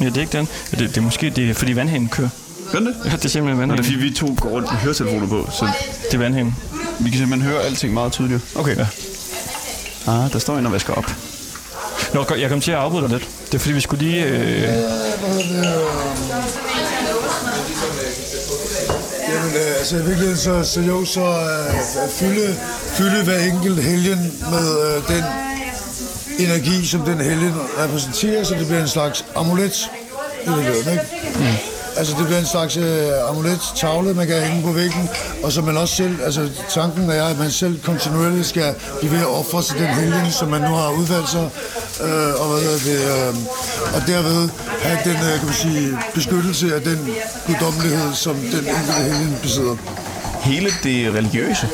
Ja, det er ikke den. Ja, det, det er måske, det er, fordi vandhanen kører.
Gør den det?
Ja, det er simpelthen vandhanen.
Nå, det er fordi, vi to går rundt med høretelefoner på, så
det er vandhanen.
Vi kan simpelthen høre alting meget tydeligere. Okay. Ja. Ah, der står en og vasker op.
Nå, jeg kom til at afbryde dig lidt. Det er fordi, vi skulle lige... Øh,
Jamen, øh, altså i virkeligheden, så, så jo, så øh, fylde, fylde hver enkelt helgen med øh, den energi, som den helgen repræsenterer, så det bliver en slags amulet i virkeligheden, ikke? Mm. Altså det bliver en slags øh, amulet, tavle, man kan hænge på væggen, og så man også selv, altså tanken er, at man selv kontinuerligt skal blive ved at ofre til den helgen, som man nu har udvalgt sig, øh, og, hvad hedder det, øh, og derved have den, øh, kan man sige, beskyttelse af den guddommelighed, som den enkelte helgen besidder.
Hele det religiøse,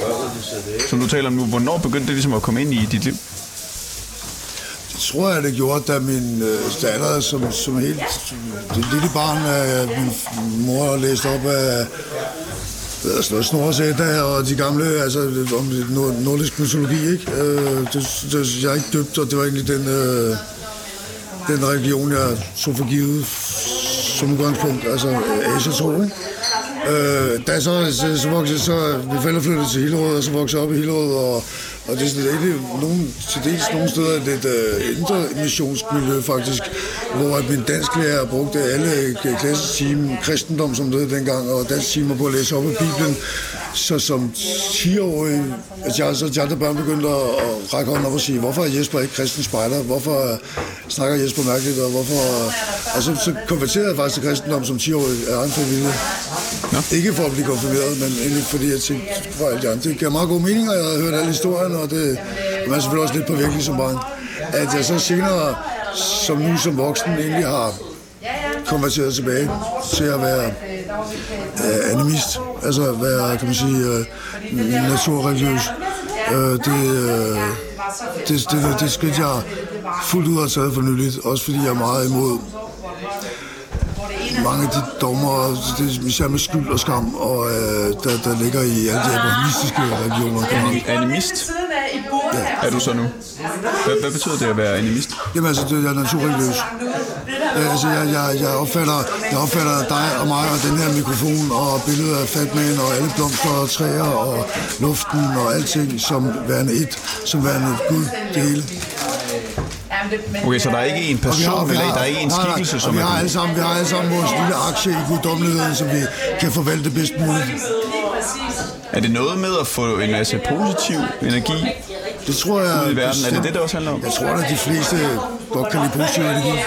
som du taler om nu, hvornår begyndte det ligesom at komme ind i dit liv?
tror jeg, det gjorde, da min øh, datter, som, som helt det lille barn, øh, min mor læste op af hvad hedder sådan noget, Snorre Sætta og de gamle, altså om det nord- nordisk mytologi, ikke? Øh, det, det, jeg er ikke døbt, og det var egentlig den, øh, den religion, jeg så for givet som udgangspunkt, altså øh, Asia tro, ikke? Øh, da jeg så, så, så voksede, så mine forældre flyttede til Hillerød, og så voksede jeg op i Hillerød, og Og det er sådan lidt egentlig nogen, til dels nogle steder et lidt øh, ændre missionsmiljø faktisk, hvor at min dansklærer brugte alle klassetimen, kristendom som det hed dengang, og dansktimer på at læse op i Bibelen. Så som 10-årig, altså jeg, så de andre børn begyndte at, at række hånden op og sige, hvorfor er Jesper ikke kristen spejder? Hvorfor øh, snakker Jesper mærkeligt? Og, hvorfor, øh?" og så, så konverterede jeg faktisk til kristendom som 10-årig af egen familie. Ja. Ikke for at blive konfirmeret, men egentlig fordi jeg tænkte, for alle de andre. Det gav meget god mening, og jeg havde hørt alle historierne, og det og man er selvfølgelig også lidt påvirkelig som barn. At jeg så senere, som nu som voksen, egentlig har konverteret tilbage til at være øh, animist, altså at være, kan man sige, øh, naturreligiøs. Øh, det, øh, det, det, det, det skridt, jeg fuldt ud har taget for nyligt, også fordi jeg er meget imod mange af de dommer, det, især med skyld og skam, og, øh, der, der ligger i alle de abrahamistiske religioner.
Animist? Ja. Er du så nu? Hvad, hvad betyder det at være animist?
Jamen altså, det, jeg er naturreligiøs. Ja, altså, jeg, jeg, jeg, opfatter, jeg opfatter dig og mig og den her mikrofon og billedet af Fatman og alle blomster og træer og luften og alting som værende et, som værende Gud, det hele.
Okay, så der er ikke en person, eller der er ikke en skikkelse,
som
som
vi
er
har
Gud?
alle sammen, vi har alle sammen vores lille aktie i guddommeligheden, som vi kan forvalte bedst muligt.
Er det noget med at få en masse positiv energi
det tror jeg,
ud i verden? Er det
bestemt.
det, der også handler om?
Jeg tror da, de fleste godt kan lide positiv energi.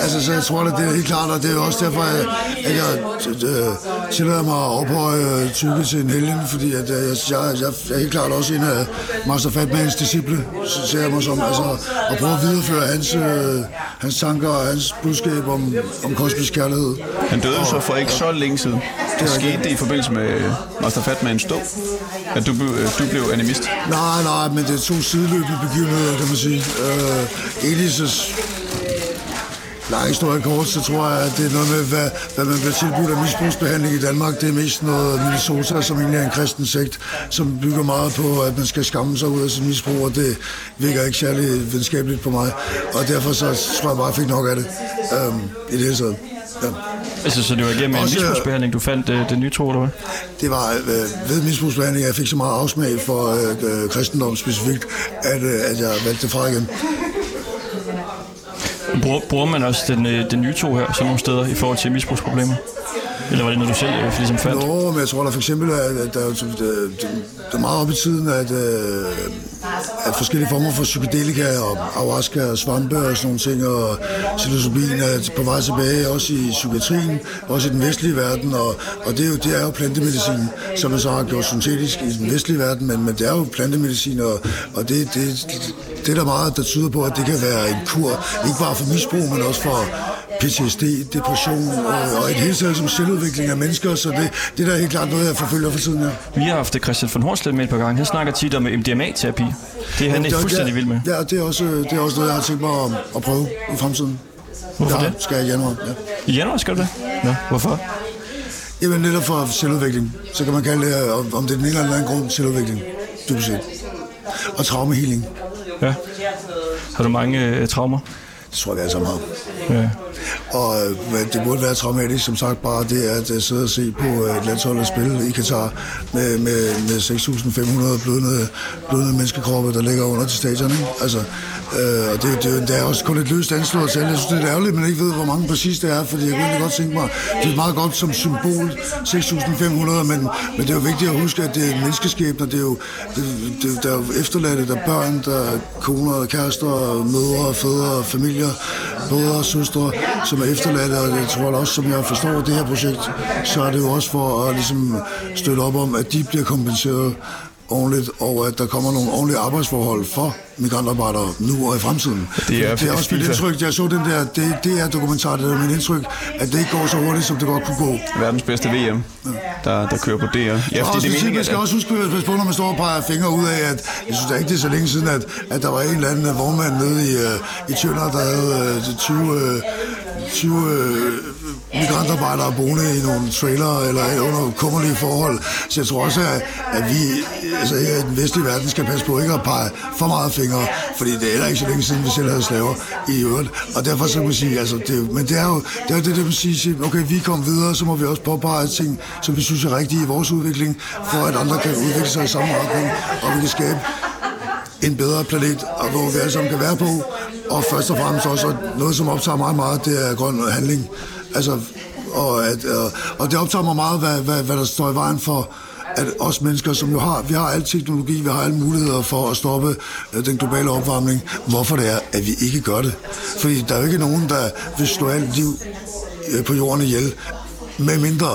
Altså, så jeg tror da, det er helt klart, og det er jo også derfor, at at jeg øh, tillader mig at ophøje tykke til en helgen, fordi at øh, jeg, jeg, jeg, jeg er helt klart også en af Master Fatmans disciple, så ser jeg mig som, altså, at prøve at videreføre hans, øh, hans tanker og hans budskab om, om kosmisk kærlighed.
Han døde jo så for ikke så længe siden. Det skete det i forbindelse med Master Fatmans død, at du, blev, du blev animist.
Nej, nej, men det er to sideløbende begivenheder, kan man sige. Øh, egentlig så s- lang historie kort, så tror jeg, at det er noget med, hvad, hvad man bliver tilbudt af misbrugsbehandling i Danmark. Det er mest noget Minnesota, som egentlig er en kristen sekt, som bygger meget på, at man skal skamme sig ud af sin misbrug, og det virker ikke særlig venskabeligt på mig. Og derfor så tror jeg bare, at jeg fik nok af det øhm, i det hele taget. Ja.
Altså, så det var igennem en
Også-
misbrugsbehandling, du fandt øh, den nye tro, eller hvad?
Det var øh, ved misbrugsbehandling, at jeg fik så meget afsmag for øh, øh, kristendom specifikt, at, øh, at jeg valgte det fra igen.
Bruger, bruger man også den, øh, den nye tro her, sådan nogle steder, i forhold til misbrugsproblemer? Eller var det noget, du selv øh, ligesom fandt?
Nå, men jeg tror da for eksempel, at at der, er jo- der, der, der er meget op i tiden, at, øh, at forskellige former for psykedelika og ayahuasca og svampe og sådan nogle ting, og psilocybin er på vej tilbage, også i psykiatrien, også i den vestlige verden, og, og det, er jo, det er jo plantemedicin, som man så har gjort syntetisk i den vestlige verden, men, men det er jo plantemedicin, og, og det, det, det er der meget, der tyder på, at det kan være en kur, ikke bare for misbrug, men også for PTSD, depression øh, og et hele taget som selvudvikling af mennesker, så det, det er da helt klart noget, jeg forfølger for tiden her.
Vi har haft øh, Christian von Hornslet med et par gange. Han snakker tit om øh, MDMA-terapi. Det er han
Jamen,
ikke
også-
fuldstændig vild med.
Ja, det er, også, det er også noget, jeg har tænkt mig at, at prøve i fremtiden.
Hvorfor
ja,
det?
skal jeg i januar, ja.
I januar skal du det? Nå, hvorfor?
Jamen netop for selvudvikling, så kan man kalde det, øh, om- om det er den ene eller den anden grund, selvudvikling, dybest set. Og traumehealing.
Ja. Har du mange øh, traumer?
Det tror jeg, vi alle sammen har.
Ja.
Og øh, men det burde være traumatisk, som sagt, bare det at øh, sidde og se på øh, et landshold og spille i Katar med, med, med 6.500 blødende, blødende menneskekroppe, der ligger under til stadion. Ikke? Altså, øh, og det, det, det, er også kun et løst anslået tal. Jeg synes, det er lidt ærgerligt, at man ikke ved, hvor mange præcis det er, fordi jeg kunne egentlig godt tænke mig, det er meget godt som symbol, 6.500, men, men det er jo vigtigt at huske, at det er menneskeskæbner, det er jo, det, det, der er jo efterladte, der er børn, der er koner, kærester, mødre, fædre, familier, brødre og søstre, som er efterladte, og jeg tror da også, som jeg forstår det her projekt, så er det jo også for at ligesom støtte op om, at de bliver kompenseret ordentligt, og at der kommer nogle ordentlige arbejdsforhold for migrantarbejdere nu og i fremtiden.
Det er
det er også mit
FIFA.
indtryk, jeg så den der, det, det er dokumentar, det er mit indtryk, at det ikke går så hurtigt, som det godt kunne gå.
Verdens bedste VM, der, der kører på DR. Ja,
Ja, og det
fordi det er
sige,
meningen,
man
at,
skal også huske, at passe på, når man står og peger fingre ud af, at jeg synes da ikke, det er så længe siden, at, at der var en eller anden øh, vognmand nede i, øh, i Tønder, der havde øh, 20, øh, 20 øh, migrantarbejdere boende i nogle trailer eller under kummerlige forhold. Så jeg tror også, at, at vi altså her i den vestlige verden skal passe på ikke at pege for meget fingre, fordi det er heller ikke så længe siden, vi selv havde slaver i øvrigt. Og derfor så kan man sige, altså, det, men det er jo det, er jo det der man siger, siger, okay, vi kom videre, så må vi også påpege ting, som vi synes er rigtige i vores udvikling, for at andre kan udvikle sig i samme retning, og vi kan skabe en bedre planet, og hvor vi alle sammen kan være på. Og først og fremmest også at noget, som optager mig meget, det er grøn handling. Altså, og, at, og, og det optager mig meget, hvad, hvad, hvad der står i vejen for at os mennesker, som jo har, vi har al teknologi, vi har alle muligheder for at stoppe øh, den globale opvarmning, hvorfor det er, at vi ikke gør det. Fordi der er jo ikke nogen, der vil slå alt liv øh, på jorden ihjel, medmindre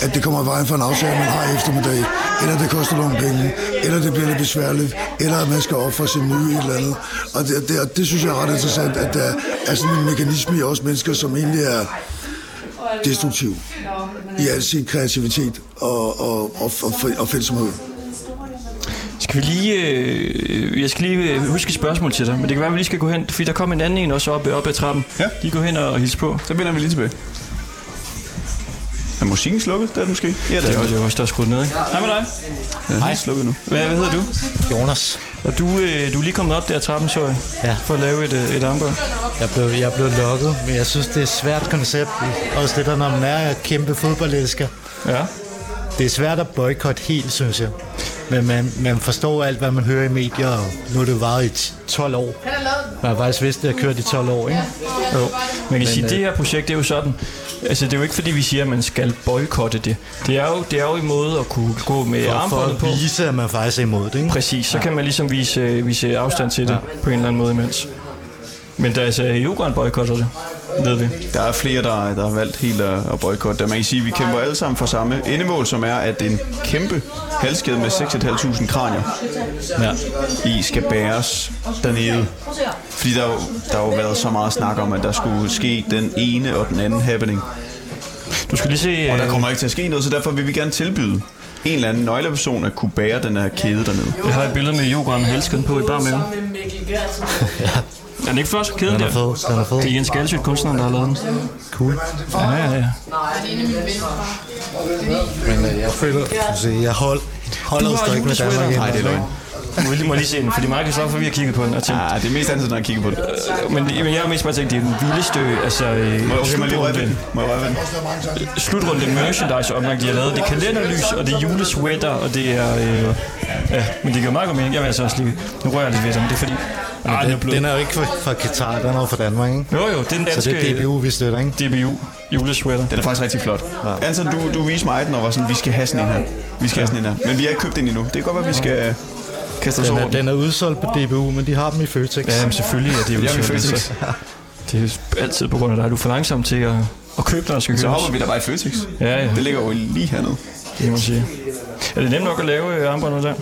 at det kommer i vejen for en aftale, man har i eftermiddag, eller det koster nogle penge, eller det bliver lidt besværligt, eller at man skal ofre sin nye et eller andet. Og det, det, og det synes jeg er ret interessant, at der er sådan en mekanisme i os mennesker, som egentlig er destruktiv i al sin kreativitet og, og, og, og, og fældsomhed.
Skal vi lige... Øh, jeg skal lige øh, huske et spørgsmål til dig, men det kan være, at vi lige skal gå hen, fordi der kom en anden en også op, op ad trappen. Ja. De går hen og hilser på. Så vender vi lige tilbage.
Er musikken slukket? Det er den måske. Ja,
det er også, det er også der er skruet ned. ikke? Hej med dig.
Ja, den er slukket nu.
Hvad, hvad hedder du?
Jonas.
Og du, øh, du er lige kommet op der ad trappen, så jeg,
Ja.
for at lave et, øh, et armbånd.
Jeg blev, jeg blev lukket, men jeg synes, det er et svært koncept. Også det der, når man er kæmpe fodboldelsker.
Ja.
Det er svært at boykotte helt, synes jeg. Men man, man forstår alt, hvad man hører i medier, og nu er det jo varet i t- 12 år. Man har faktisk vidst, at jeg kørt i 12 år, ikke?
Jo. Man kan
Men,
sige, at det
øh,
her projekt, det er jo sådan. Altså, det er jo ikke, fordi vi siger, at man skal boykotte det. Det er jo, det er jo en måde at kunne gå med
For, for
armbåndet på.
at vise, at man faktisk er imod det, ikke?
Præcis, så kan man ligesom vise, øh, vise afstand til det på en eller anden måde imens. Men der er altså yoghurt boykotter det, ved vi.
Der er flere, der, der har valgt helt at, at boykotte det. Man kan sige, at vi kæmper alle sammen for samme endemål, som er, at en kæmpe halskæde med 6.500 kranier
ja.
i skal bæres dernede. Fordi der, er jo- der har jo været så meget snak om, at der skulle ske den ene og den anden happening.
Du skal lige se... øh,
Og der kommer ikke til at ske noget, så derfor vil vi gerne tilbyde en eller anden nøgleperson at kunne bære den her kæde dernede.
Jeg har et billede med yoghurt halskæden på i bar med. Er den ikke flot? Kæden
Den er
der?
fed, den er fed.
Det er Jens Galsøt, kunstneren, der har lavet den.
Cool.
Ja, ja, ja.
Men øh, jeg føler, se, jeg hold, holder jo stadig med Danmark.
Nej,
hjemme,
det er løgn. Må jeg lige, må jeg lige se den, fordi Mark er så for, vi har kigget på den og
Ah.
tænkt...
Ja, det er mest andet, når jeg kigger på den.
Øh, men, men jeg har mest bare tænkt, det er den vildeste, altså... øh,
Må jeg- okay, må jeg lige røre ved
slutrunde.
den? Må jeg røre ved den?
Slutrunde merchandise omgang, de har lavet. Det er kalenderlys, og det er julesweater, og det er... Øh, ja, men det gør meget godt mening. Jeg vil altså også lige... Nu rører jeg lidt ved den, det er fordi... Ah, den, er blød.
Den er jo ikke fra, fra Katar, den er jo fra Danmark, ikke?
Jo, jo, det er den
Så det
danske-
er DBU, vi støtter, ikke?
DBU, julesweater.
Den er faktisk rigtig flot. Ja. Anton, du, du viste mig den og var sådan, vi skal have sådan en her. Vi skal have sådan en her. Men vi har ikke købt den endnu. Det kan godt være, vi skal øh, kaste os
Den
over
er, den er udsolgt på DBU, men de har dem i Føtex.
Ja, men selvfølgelig er det jo
Jeg vil
sådan,
Føtex.
altså. Det er altid på grund af dig. Du er for langsom til at, at købe, når der skal
Så
købes.
hopper vi da bare i Føtex.
Ja, ja.
Det ligger jo lige hernede.
Det må man sige. Er det nemt nok at lave øh, armbåndet der?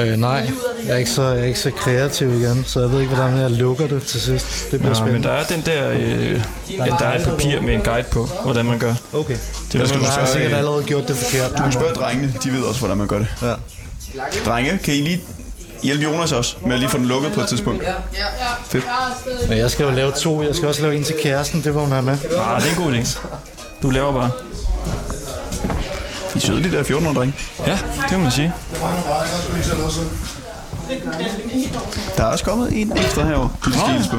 Øh, nej, jeg er, ikke så, jeg er ikke så kreativ igen, så jeg ved ikke, hvordan jeg lukker det til sidst. Det bliver
Nå, men
spændende.
der er den der, øh, ja, der er et papir med en guide på, hvordan man gør.
Okay.
Det
Jeg
er
skal
skal
du har
du
sikkert
sige.
allerede gjort det forkert.
Du kan spørge drengene, de ved også, hvordan man gør det.
Ja.
Drenge, kan I lige hjælpe Jonas også med at lige få den lukket på et tidspunkt? Fedt.
Men jeg skal jo lave to. Jeg skal også lave en til kæresten, det var hun have med.
Ah, det er en god idé. Du laver bare.
I er søde, de der 1400 drenge.
Ja, det må man sige.
Der er også kommet en ekstra herovre. Du skal hilse på.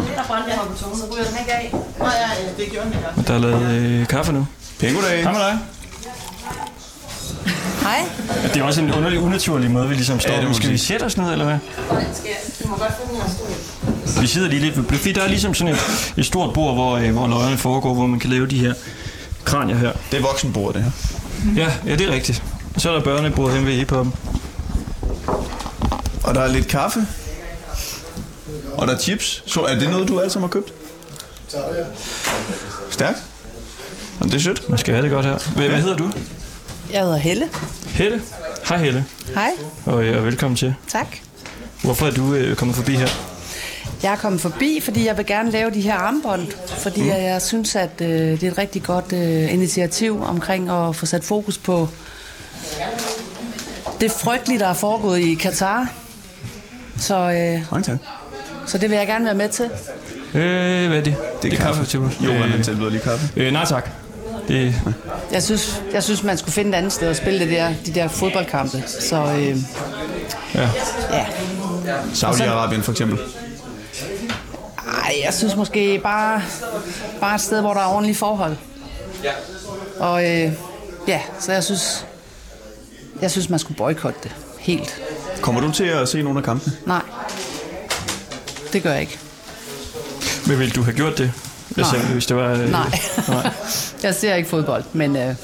Der er lavet øh, kaffe nu.
Pæn goddag.
Hej med dig.
Hej.
Ja, Det er også en underlig, unaturlig måde, vi ligesom står.
Ja, det
Ja,
må man
skal vi
sige.
sætte os ned, eller hvad?
Du må godt finde min stol.
Vi sidder lige lidt ved fordi Der er ligesom sådan et, et stort bord, hvor, øh, hvor løgene foregår, hvor man kan lave de her kranier her.
Det er voksenbord, det her.
Ja, ja det er rigtigt. Og Så er der børnebord hen ved hiphoppen.
Og der er lidt kaffe. Og der er chips. Så er det noget, du alle sammen har købt? Stærkt. Jamen, det er sødt.
Man skal have det godt her. Hvad, hvad hedder du?
Jeg hedder Helle.
Helle. Hej Helle.
Hej.
Og, øh, og velkommen til.
Tak.
Hvorfor er du øh, kommet forbi her?
Jeg er kommet forbi, fordi jeg vil gerne lave de her armbånd, fordi mm. jeg synes, at øh, det er et rigtig godt øh, initiativ omkring at få sat fokus på det frygtelige, der er foregået i Katar. Så, øh,
Mange tak.
så det vil jeg gerne være med til.
Øh, hvad er det? Det er,
kaffe.
til mig.
Jonas, han tilbyder lige kaffe.
Øh, nej tak. Det,
Jeg synes, jeg synes, man skulle finde et andet sted at spille det der, de der fodboldkampe. Så øh,
Ja.
ja.
Saudi-Arabien for eksempel.
Ej, jeg synes måske bare, bare et sted, hvor der er ordentlige forhold. Og øh, ja, så jeg synes, jeg synes, man skulle boykotte det. Helt.
Kommer du til at se nogle af kampene?
Nej. det gør jeg ikke.
Men ville du have gjort det?
Nej.
Altså, hvis det var... øh,
Nej. [LAUGHS] jeg ser ikke fodbold, men øh,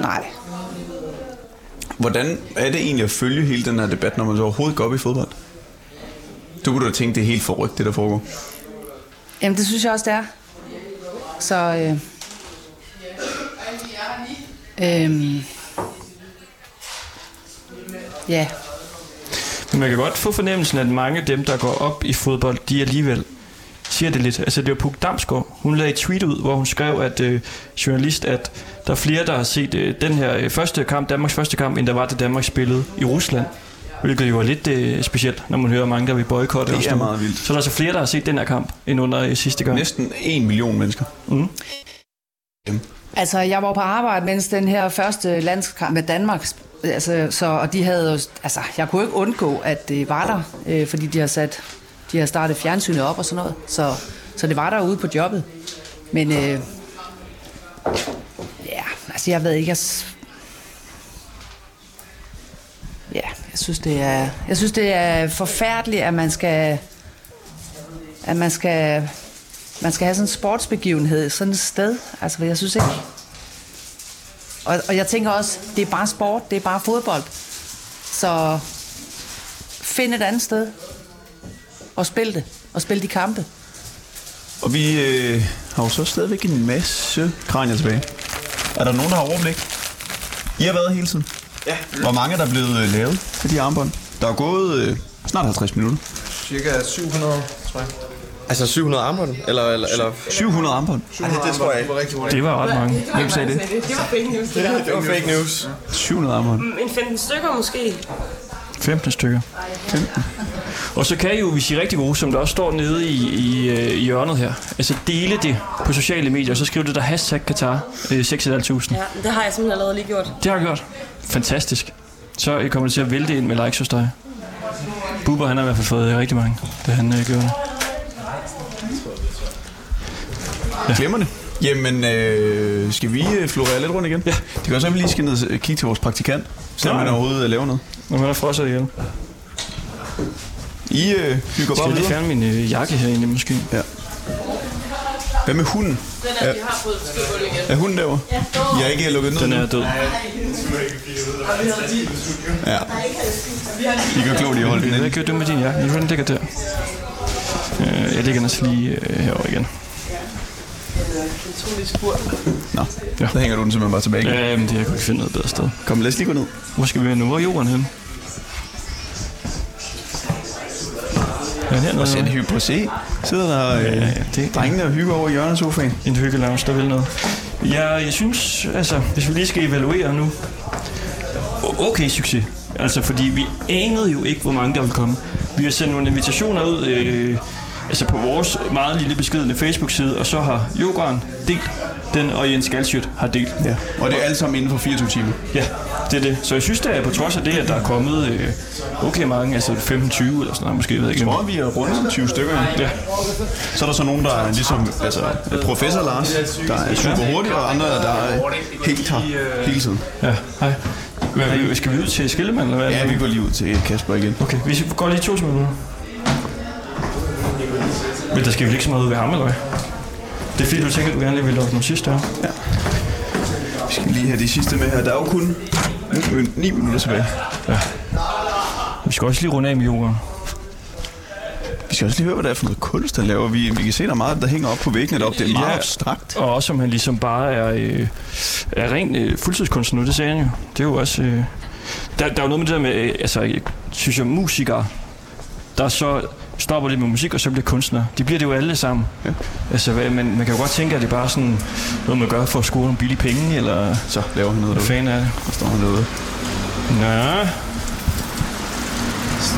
nej.
Hvordan er det egentlig at følge hele den her debat, når man så overhovedet går op i fodbold? Du kunne da tænke, det er helt forrygt, det der foregår.
Jamen, det synes jeg også, det er. Så, øh, øh, ja,
Men man kan godt få fornemmelsen, at mange af dem, der går op i fodbold, de alligevel siger det lidt. Altså det var Puk Damsgaard, hun lagde et tweet ud, hvor hun skrev, at øh, journalist, at der er flere, der har set øh, den her øh, første kamp, Danmarks første kamp, end der var det Danmark spillede i Rusland. Hvilket jo er lidt øh, specielt, når man hører mange, der vil boykotte.
Det
og
er
sådan noget.
meget vildt.
Så der er så flere, der har set den her kamp, end under øh, sidste gang.
Næsten en million mennesker.
Mm.
Altså, jeg var på arbejde, mens den her første landskamp med Danmark, sp- altså, så, og de havde jo, altså, jeg kunne ikke undgå, at det var der, øh, fordi de har sat, de har startet fjernsynet op og sådan noget, så, så det var der ude på jobbet. Men, øh, ja, altså, jeg ved ikke, jeg, s- ja, jeg synes, det er, jeg synes, det er forfærdeligt, at man skal, at man skal, man skal have sådan en sportsbegivenhed sådan et sted. Altså, jeg synes ikke... Og, og jeg tænker også, det er bare sport, det er bare fodbold. Så find et andet sted og spil det, og spil de kampe.
Og vi øh, har jo så stadigvæk en masse kranier tilbage. Er der nogen, der har overblik? I har været hele tiden? Ja. Hvor mange er der blevet øh, lavet af de armbånd? Der er gået øh, snart 50 minutter.
Cirka 700, tror jeg. Altså 700 armbånd? Eller, eller, eller...
700 armbånd?
Nej, det, det tror jeg ikke. Det var rigtig
Det var ret mange. Hvem sagde det?
Det var fake news.
Det, der, det var fake news.
700 armbånd.
Mm, En 15 stykker måske.
15 stykker. 15. Og så kan I jo, hvis I er rigtig gode, som der også står nede i, i, øh, i hjørnet her, altså dele det på sociale medier, og så skriv det der hashtag Katar øh, 6.500.
Ja, det har jeg simpelthen allerede lige gjort.
Det har jeg gjort. Fantastisk. Så I kommer til at vælte ind med likes hos dig. Bubber, han har i hvert fald fået øh, rigtig mange, da han øh, gjorde det.
Ja. Glemmer det. Jamen, øh, skal vi øh, florere lidt rundt igen? Ja. Det kan også være, at vi lige skal ned og kigge til vores praktikant, så
Nå,
han
ja.
overhovedet øh, laver noget.
Når man er frosset ihjel.
I øh, hygger
Skal
bare
jeg lige
videre.
fjerne min øh, jakke herinde måske?
Ja. Hvad med
Den
hunden? er,
vi har fået besked igen.
Er hunden derovre? Ja. Jeg er ikke lukket ned
Den
nu.
er død.
Ja. I gør klogt i at holde den
Hvad gør du med din jakke? Ved du, Hvordan ligger der? Øh, jeg ligger den altså lige øh, herovre igen.
Nå, ja. så hænger du den simpelthen bare tilbage.
Ja, men det jeg kunne ikke finde noget bedre sted.
Kom, lad os lige gå ned.
Hvor skal vi nu? Hvor er jorden henne? Ja, hernede.
Og sende hygge på se. Sidder der øh, ja,
det,
drengene og hygger over i hjørnesofaen.
En hyggelounge, der vil noget. Ja, jeg synes, altså, hvis vi lige skal evaluere nu. O- Okay, succes. Altså, fordi vi anede jo ikke, hvor mange der ville komme. Vi har sendt nogle invitationer ud, øh, altså på vores meget lille beskedende Facebook-side, og så har Jokeren delt den, og Jens Galsjøt har delt.
Ja. Og det er alt sammen inden for 24 timer.
Ja, det er det. Så jeg synes, det er på trods af det, at der er kommet øh, okay mange, altså 15-20 eller sådan noget, måske, jeg ved ikke.
Jeg tror, vi er rundt 20 stykker.
Ja.
Så er der så nogen, der er ligesom altså, professor Lars, der er super hurtig, og andre, der er helt her hele tiden.
Ja, hej. Hvad, skal vi ud til Skillemand, eller hvad?
Ja, vi går lige ud til Kasper igen.
Okay, vi går lige to minutter. Men der skal vel ikke så meget ud ved ham, eller hvad? Det er fordi, du tænker, at du gerne lige vil lukke nogle sidste her.
Ja. Vi skal lige have de sidste med her. Der er jo kun 9 minutter tilbage.
Ja. Vi skal også lige runde af med yoga.
Vi skal også lige høre, hvad det er for noget kunst, han laver. Vi, vi kan se, der er meget, der hænger op på væggene deroppe. Det er meget
Ja.
abstrakt.
Og også om han ligesom bare er, øh, er ren øh, fuldtidskunstner nu, det sagde han jo. Det er jo også... Øh, der, der er jo noget med det der med, øh, altså, jeg synes jeg, musikere, der så stopper lidt med musik, og så bliver kunstnere. De bliver det jo alle sammen. Ja. Altså, hvad, man, man kan jo godt tænke, at det er bare sådan noget, man gør for at score nogle billige penge, eller...
Så laver han noget
Hvad fanden er det?
Der står han derude.
Nå,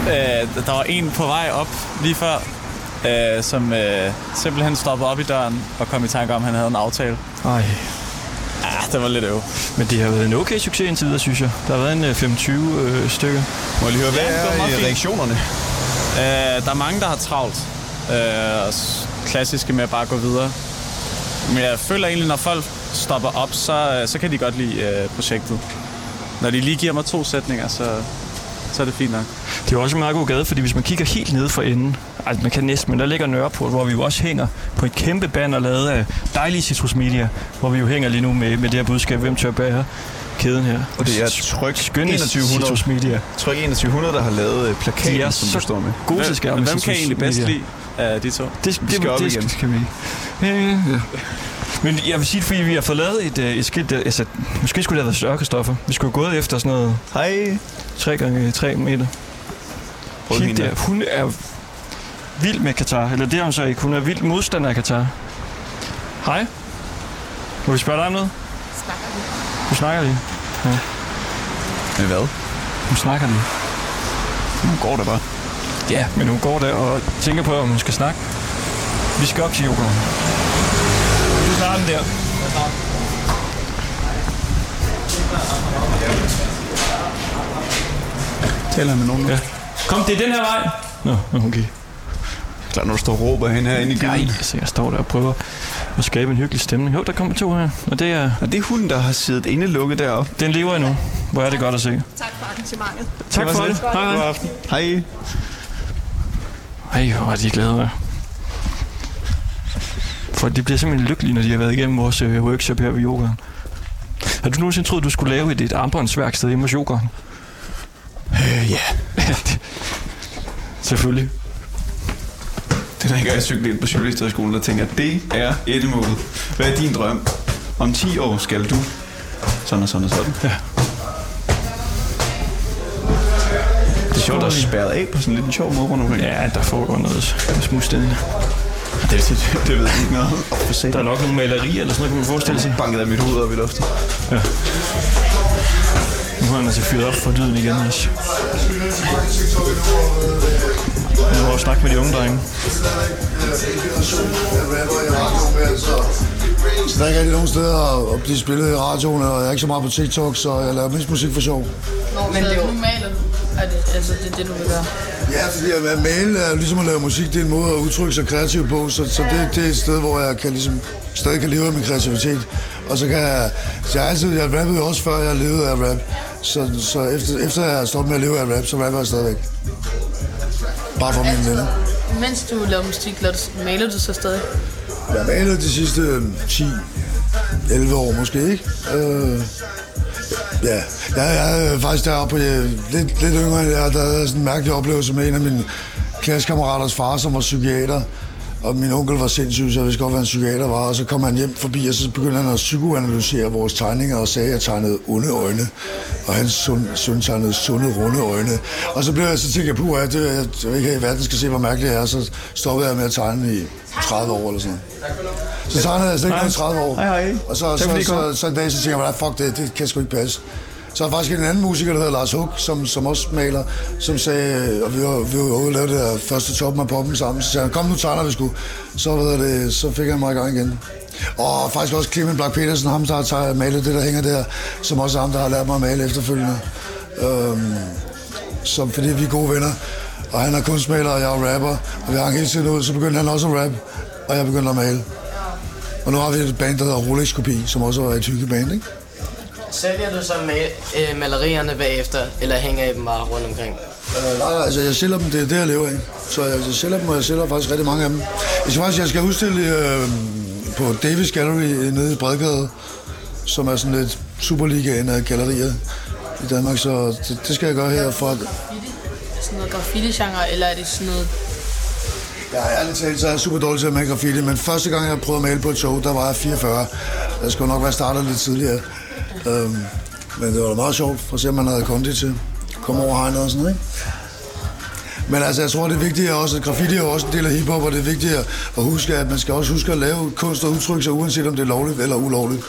Øh, der var en på vej op lige før, øh, som øh, simpelthen stoppede op i døren og kom i tanke om, at han havde en aftale.
Ej.
Ah, det var lidt øv.
Men det har været en okay succes indtil videre, synes jeg. Der har været en øh, 25 øh, stykker.
Må jeg lige høre, hvad
Ja, det var
er
meget
øh,
fint.
reaktionerne?
Øh, der er mange, der har travlt. Øh, og s- klassiske med at bare gå videre. Men jeg føler egentlig, når folk stopper op, så, øh, så kan de godt lide øh, projektet. Når de lige giver mig to sætninger, så, så er det fint nok.
Det er jo også en meget god gade, fordi hvis man kigger helt ned for enden, altså man kan næsten, men der ligger Nørreport, hvor vi jo også hænger på et kæmpe banner lavet af dejlige Citrus Media, hvor vi jo hænger lige nu med, med det her budskab, hvem tør bære kæden her.
Og det er Tryk
skønne Citrus Media.
Tryk 2100, der har lavet øh, plakaten,
De er
som
så
du står med.
gode til skærmen,
Hvem kan
Citrus
egentlig bedst
Media.
lide af de to?
Det,
Vi skal
det,
op
det
igen.
Skal, skal vi. Øh, ja. Men jeg vil sige, fordi vi har fået lavet et, øh, et skilt, der, altså, måske skulle det have været større, Kristoffer. Vi skulle have gået efter sådan noget...
Hej.
3 gange 3 meter.
Rødvin
Hende der,
der.
hun er vild med Katar. Eller det er hun så ikke. Hun er vild modstander af Katar. Hej. Må vi spørge dig om noget? Snakker du? snakker lige. Ja.
Med hvad?
Hun snakker lige.
Hun går der bare.
Ja, men hun går der og tænker på, om hun skal snakke. Vi skal op til yogaen. Du starter den der.
Taler med nogen. Ja.
Kom, det er den her vej. Nå, okay.
Klart, når du står og råber hen herinde i giden.
Nej, altså, jeg står der og prøver at skabe en hyggelig stemning. Jo, der kommer to her, og det er...
Og det er hunden, der har siddet indelukket deroppe.
Den lever endnu. Hvor er det godt at se.
Tak for arrangementet.
Tak for det. Hej, hej.
Hej.
Ej, hvor er de glade, hva'? For de bliver simpelthen lykkelige, når de har været igennem vores øh, workshop her ved yogaen. Har du nogensinde troet, du skulle lave et, et armbåndsværksted hjemme hos yogaen?
Øh, ja.
[LAUGHS] Selvfølgelig.
Det er dengang, jeg cyklede ind på cykelhistorieskolen, der tænker, det er et mål. Hvad er din drøm? Om 10 år skal du sådan og sådan og sådan. Ja. Det er sjovt, der er spærret af på sådan lidt en sjov måde rundt omkring.
Ja, der foregår noget smudstilling.
Det, [LAUGHS] det, det ved jeg ikke noget om. Åh, for satan.
Der er nok nogle malerier eller sådan noget, kan man forestille sig.
Banket af mit hoved op i luften.
Ja. Nu har han altså fyret op for lyden igen også. Jeg må jo snakke med de unge drenge.
Så der er ikke rigtig nogen steder at blive spillet i radioen, og jeg er ikke så meget på TikTok, så jeg laver mest musik for sjov.
Men det er jo normalt, at altså, det er det, du vil gøre.
Ja, fordi at være male er jo ligesom at lave musik, det er en måde at udtrykke sig kreativt på, så, så det, det er et sted, hvor jeg kan ligesom, stadig kan leve af min kreativitet. Og så kan jeg, så jeg, har altid, jeg rappede jo også før jeg levede af rap, så, så efter, efter jeg har stoppet med at leve af rap, så rapper jeg stadigvæk. Bare for mine venner.
Mens du laver musik, laver du- maler du så stadig?
Jeg har malet de sidste øh, 10-11 år måske, ikke? Øh, ja, jeg, jeg er faktisk deroppe på øh, lidt, lidt yngre end jeg, der havde jeg sådan en mærkelig oplevelse med en af mine klassekammeraters far, som var psykiater. Og min onkel var sindssyg, så jeg vidste godt, hvad en psykiater var. Og så kom han hjem forbi, og så begyndte han at psykoanalysere vores tegninger og sagde, at jeg tegnede onde øjne. Og hans søn, søn tegnede sunde, runde øjne. Og så blev jeg så tænkt, at puh, ja, det, jeg, jeg vil ikke have, i verden skal se, hvor mærkeligt jeg er. Så stoppede jeg med at tegne i 30 år eller sådan noget. Så tegnede jeg slet ikke noget i 30 år.
Hej, hej.
Og så,
Tak,
så,
fordi I
så,
kom.
så, så en dag så tænker jeg, "Nej, fuck det, det kan sgu ikke passe. Så er der faktisk en anden musiker, der hedder Lars Hug, som, som også maler, som sagde, "Øh, og vi var, vi var ude og lave det der første toppen af poppen sammen, så sagde han, kom nu tegner vi sgu. Så, ved jeg det, så fik han mig i gang igen. Og faktisk også Clement Black Petersen, ham der har tegnet- malet det, der hænger der, som også er ham, der har lært mig at male efterfølgende. Øhm, som, fordi vi er gode venner, og han er kunstmaler, og jeg er rapper, og vi hang hele tiden ud, så begyndte han også at rappe, og jeg begyndte at male. Og nu har vi et band, der hedder Rolex Kopi, som også er et hyggeband, ikke?
Sælger du så mal- øh, malerierne bagefter, eller hænger I dem bare rundt omkring?
Øh, nej, nej, altså jeg sælger dem, det er det, jeg lever af. Så jeg, jeg sælger dem, og jeg sælger faktisk rigtig mange af dem. Jeg skal faktisk, jeg skal udstille øh, på Davis Gallery øh, nede i Bredgade, som er sådan lidt Superligaen af gallerier i Danmark, så det, det skal jeg gøre her for at
Sådan noget graffiti-genre, eller er det sådan noget...
Jeg er ærligt talt, så er jeg super dårlig til at male graffiti, men første gang, jeg prøvede at male på et tog, der var jeg 44. Jeg skulle nok være startet lidt tidligere. Øhm, men det var da meget sjovt, for at se, om man havde kondi til. Kom over hegnet og sådan noget, ikke? Men altså, jeg tror, det er vigtigt også, at graffiti er jo også en del af hiphop, og det er vigtigt at at huske, at man skal også huske at lave kunst og udtrykke sig, uanset om det er lovligt eller ulovligt.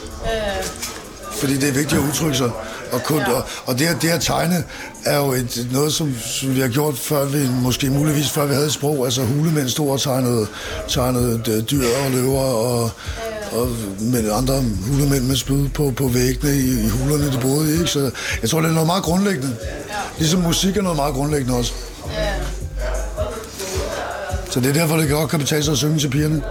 Fordi det er vigtigt at udtrykke sig. Og, kun, ja. og, og det, at, det at tegne er jo et, noget, som, som vi har gjort før vi, måske muligvis før vi havde et sprog. Altså hulemænd stod og tegnede, tegnede øh, dyr og løver og, og med andre hulemænd med spyd på, på væggene i, i hulerne, de boede i. Ikke? Så jeg tror, det er noget meget grundlæggende. Ligesom musik er noget meget grundlæggende også. Så det er derfor, det godt kan betale sig at synge til pigerne.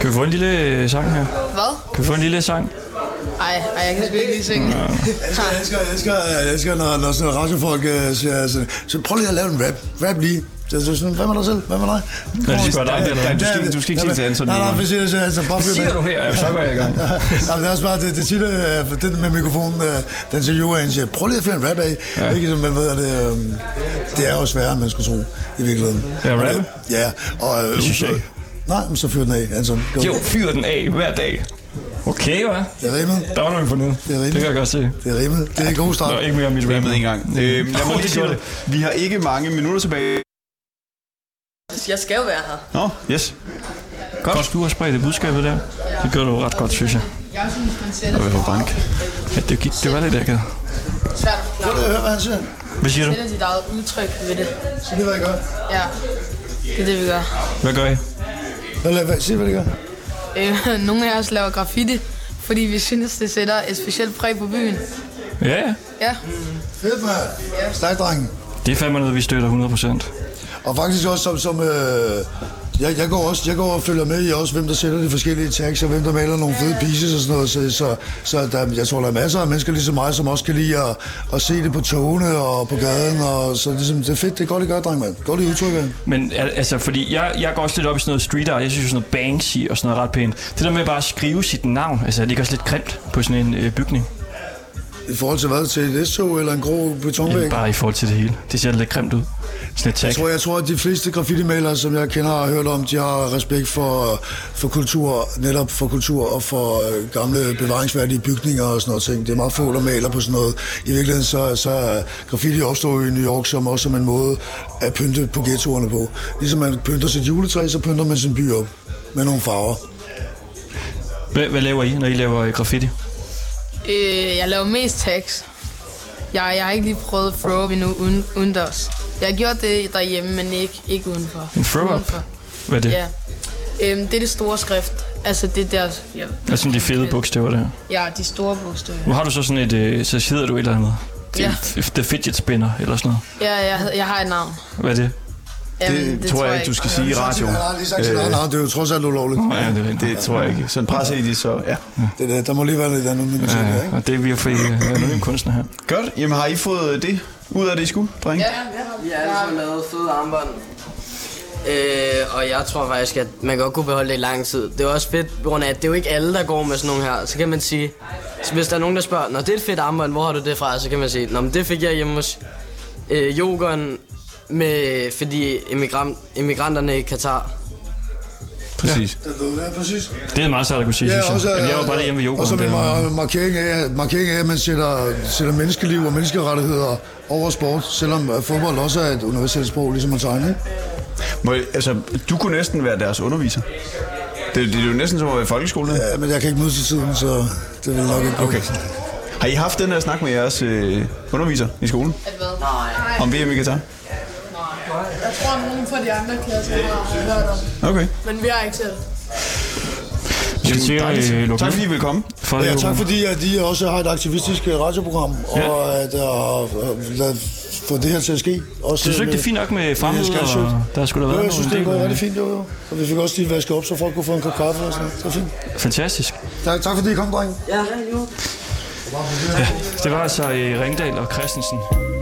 Kan vi få en lille øh, sang her?
Hvad?
Kan vi få en lille sang?
Ej, ej, jeg kan sgu ikke lige synge.
Jeg elsker, jeg elsker, jeg elsker når, når sådan noget radiofolk øh, siger, så, så prøv lige at lave en rap. Rap lige. Så, så sådan, hvad med dig selv? Hvad med dig?
Nej, du skal- nej, nej, du skal- du skal ikke sige til Anton
Nej,
nu,
nej,
nej.
hvis jeg siger altså, til Anton, bare
Hvad siger du her? Ja, så går jeg i gang.
Nej, men det er også bare, det, det tit, øh, for den med mikrofonen, øh, den siger Johan, siger, prøv lige at finde en rap af.
Ja.
Ja. Ikke, som man ved, at det, øh, det er jo sværere, end man skulle tro, i virkeligheden.
Ja, rappe?
Ja, og... Øh,
Det synes jeg
så-
ikke.
Nej, men så fyr den af, Anton. Go.
Jo, fyr den af hver dag. Okay, hva'?
Det er rimet.
Der var nogen for noget.
Det er rimet.
Det kan jeg godt se.
Det er rimet. Det er en god start.
Nå, ikke mere om mit
Rimet en gang.
Øhm,
Øh, lad mig
Mm. Åh,
lige
det
sige
gjorde
noget. Vi har ikke mange minutter tilbage.
Jeg skal jo være her.
Nå, yes.
Godt. godt, du har spredt det budskabet der. Det gør du ret godt, synes jeg.
Jeg synes, man
Jeg vil få bank. Ja, det, gik, det var lidt akavet.
svært at forklare.
Prøv lige at høre, hvad han siger.
Hvad siger du?
Sætter dit eget udtryk ved det.
Så det var I godt.
Ja, det er det, vi gør.
Hvad gør I?
Hvad laver, sig, hvad det gør.
Øh, nogle af os laver graffiti, fordi vi synes, det sætter et specielt præg på byen.
Ja, ja.
Ja.
Fedt, mand. Stærk, drenge.
Det er fandme noget, vi støtter 100%.
Og faktisk også som... som øh, jeg, jeg, går også, jeg går og følger med i også, hvem der sætter de forskellige tags, og hvem der maler nogle fede pieces og sådan noget. Så, så, så der, jeg tror, der er masser af mennesker ligesom mig, som også kan lide at, at se det på togene og på gaden. Og, så ligesom, det er fedt, det er godt, I gør, dreng, mand. Godt, I udtrykker.
Men al- altså, fordi jeg, jeg går også lidt op i sådan noget street art. Jeg synes jo sådan noget Banksy og sådan noget er ret pænt. Det der med bare at skrive sit navn, altså det ligger også lidt grimt på sådan en øh, bygning.
I forhold til hvad? Til et S-tog eller en grå betonvæg?
Jamen, bare i forhold til det hele. Det ser lidt grimt ud. Sådan et tag.
Jeg tror, jeg tror, at de fleste graffitimalere, som jeg kender og har hørt om, de har respekt for, for kultur, netop for kultur og for øh, gamle bevaringsværdige bygninger og sådan noget ting. Det er meget få, der maler på sådan noget. I virkeligheden så, så er graffiti opstået i New York som også som en måde at pynte på ghettoerne på. Ligesom man pynter sit juletræ, så pynter man sin by op med nogle farver.
Hvad, hvad laver I, når I laver øh, graffiti?
Øh, jeg laver mest tags. Jeg, jeg har ikke lige prøvet throw up endnu uden, udendørs. Jeg har gjort det derhjemme, men ikke, ikke udenfor.
En throw-up?
Udenfor.
Hvad er det?
Ja. Øhm, det er det store skrift. Altså, det er deres... Ja,
Altså sådan de fede bogstaver der.
ja de store bogstaver.
Nu har du så sådan et, øh, så hedder du et eller andet.
Ja.
The, the Fidget Spinner eller sådan noget.
Ja, jeg, jeg har et navn.
Hvad er det?
Jamen, det tror jeg ikke.
skal sige i radioen.
Jeg har lige sagt til dig, nej, det er jo trods alt ulovligt.
Ja, det, er rigtigt.
Det tror jeg ikke. Sådan presser I det, så ja.
Det der, der må lige være lidt andet med
Ja, ja, og det er vi jo for øh, anonym kunstner her.
Godt. Jamen har I fået det ud af det, I skulle, drenge?
Ja, vi har alle sammen lavet fede armbånd. Øh, og jeg tror faktisk, at man godt kunne beholde det i lang tid. Det er også fedt, på grund af, at det er jo ikke alle, der går med sådan nogle her. Så kan man sige, så hvis der er nogen, der spørger, når det er et fedt armbånd, hvor har du det fra? Så kan man sige, Nå, men det fik jeg hjemme hos øh, yogeren, med, fordi immigrant, immigranterne i Katar.
Præcis.
Ja, præcis.
Det er meget svært at kunne sige, ja, synes jeg. Også, jeg var bare lige hjemme ved
Og så
yoghurt.
med mar- markering af, markering af at man sætter, sætter menneskeliv og menneskerettigheder over sport, selvom øh, fodbold også er et universelt sprog, ligesom at tegne. ikke?
Må, jeg- altså, du kunne næsten være deres underviser. Det, det, det er jo næsten som at være i folkeskolen.
Ja, men jeg kan ikke møde til tiden, så det vil nok ikke gå.
Okay. Har I haft den her snak med jeres øh, underviser i skolen?
Nej.
Om VM i Katar?
Jeg tror, at nogen fra de andre klasser har hørt om.
Okay.
Men vi har ikke selv.
Jamen, siger,
dejligt.
øh, Lukas.
tak fordi I vil komme.
For
Ja, tak fordi, at I også har et aktivistisk øh, radioprogram,
Ja.
og at uh, få det her til at ske. Også
Synes du ikke,
med-
det er fint nok med
med
fremmede,
skattshoot?
og der skulle da
Jo,
være
jeg synes,
nogle øh.
det var
del,
rigtig fint, jo, jo. Og vi fik også lige vasket op, så folk kunne få en kop kaffe og sådan noget. Det var fint.
Fantastisk.
Tak, tak fordi I kom, drenge.
Ja, jo.
Det var altså øh, Ringdal og Christensen.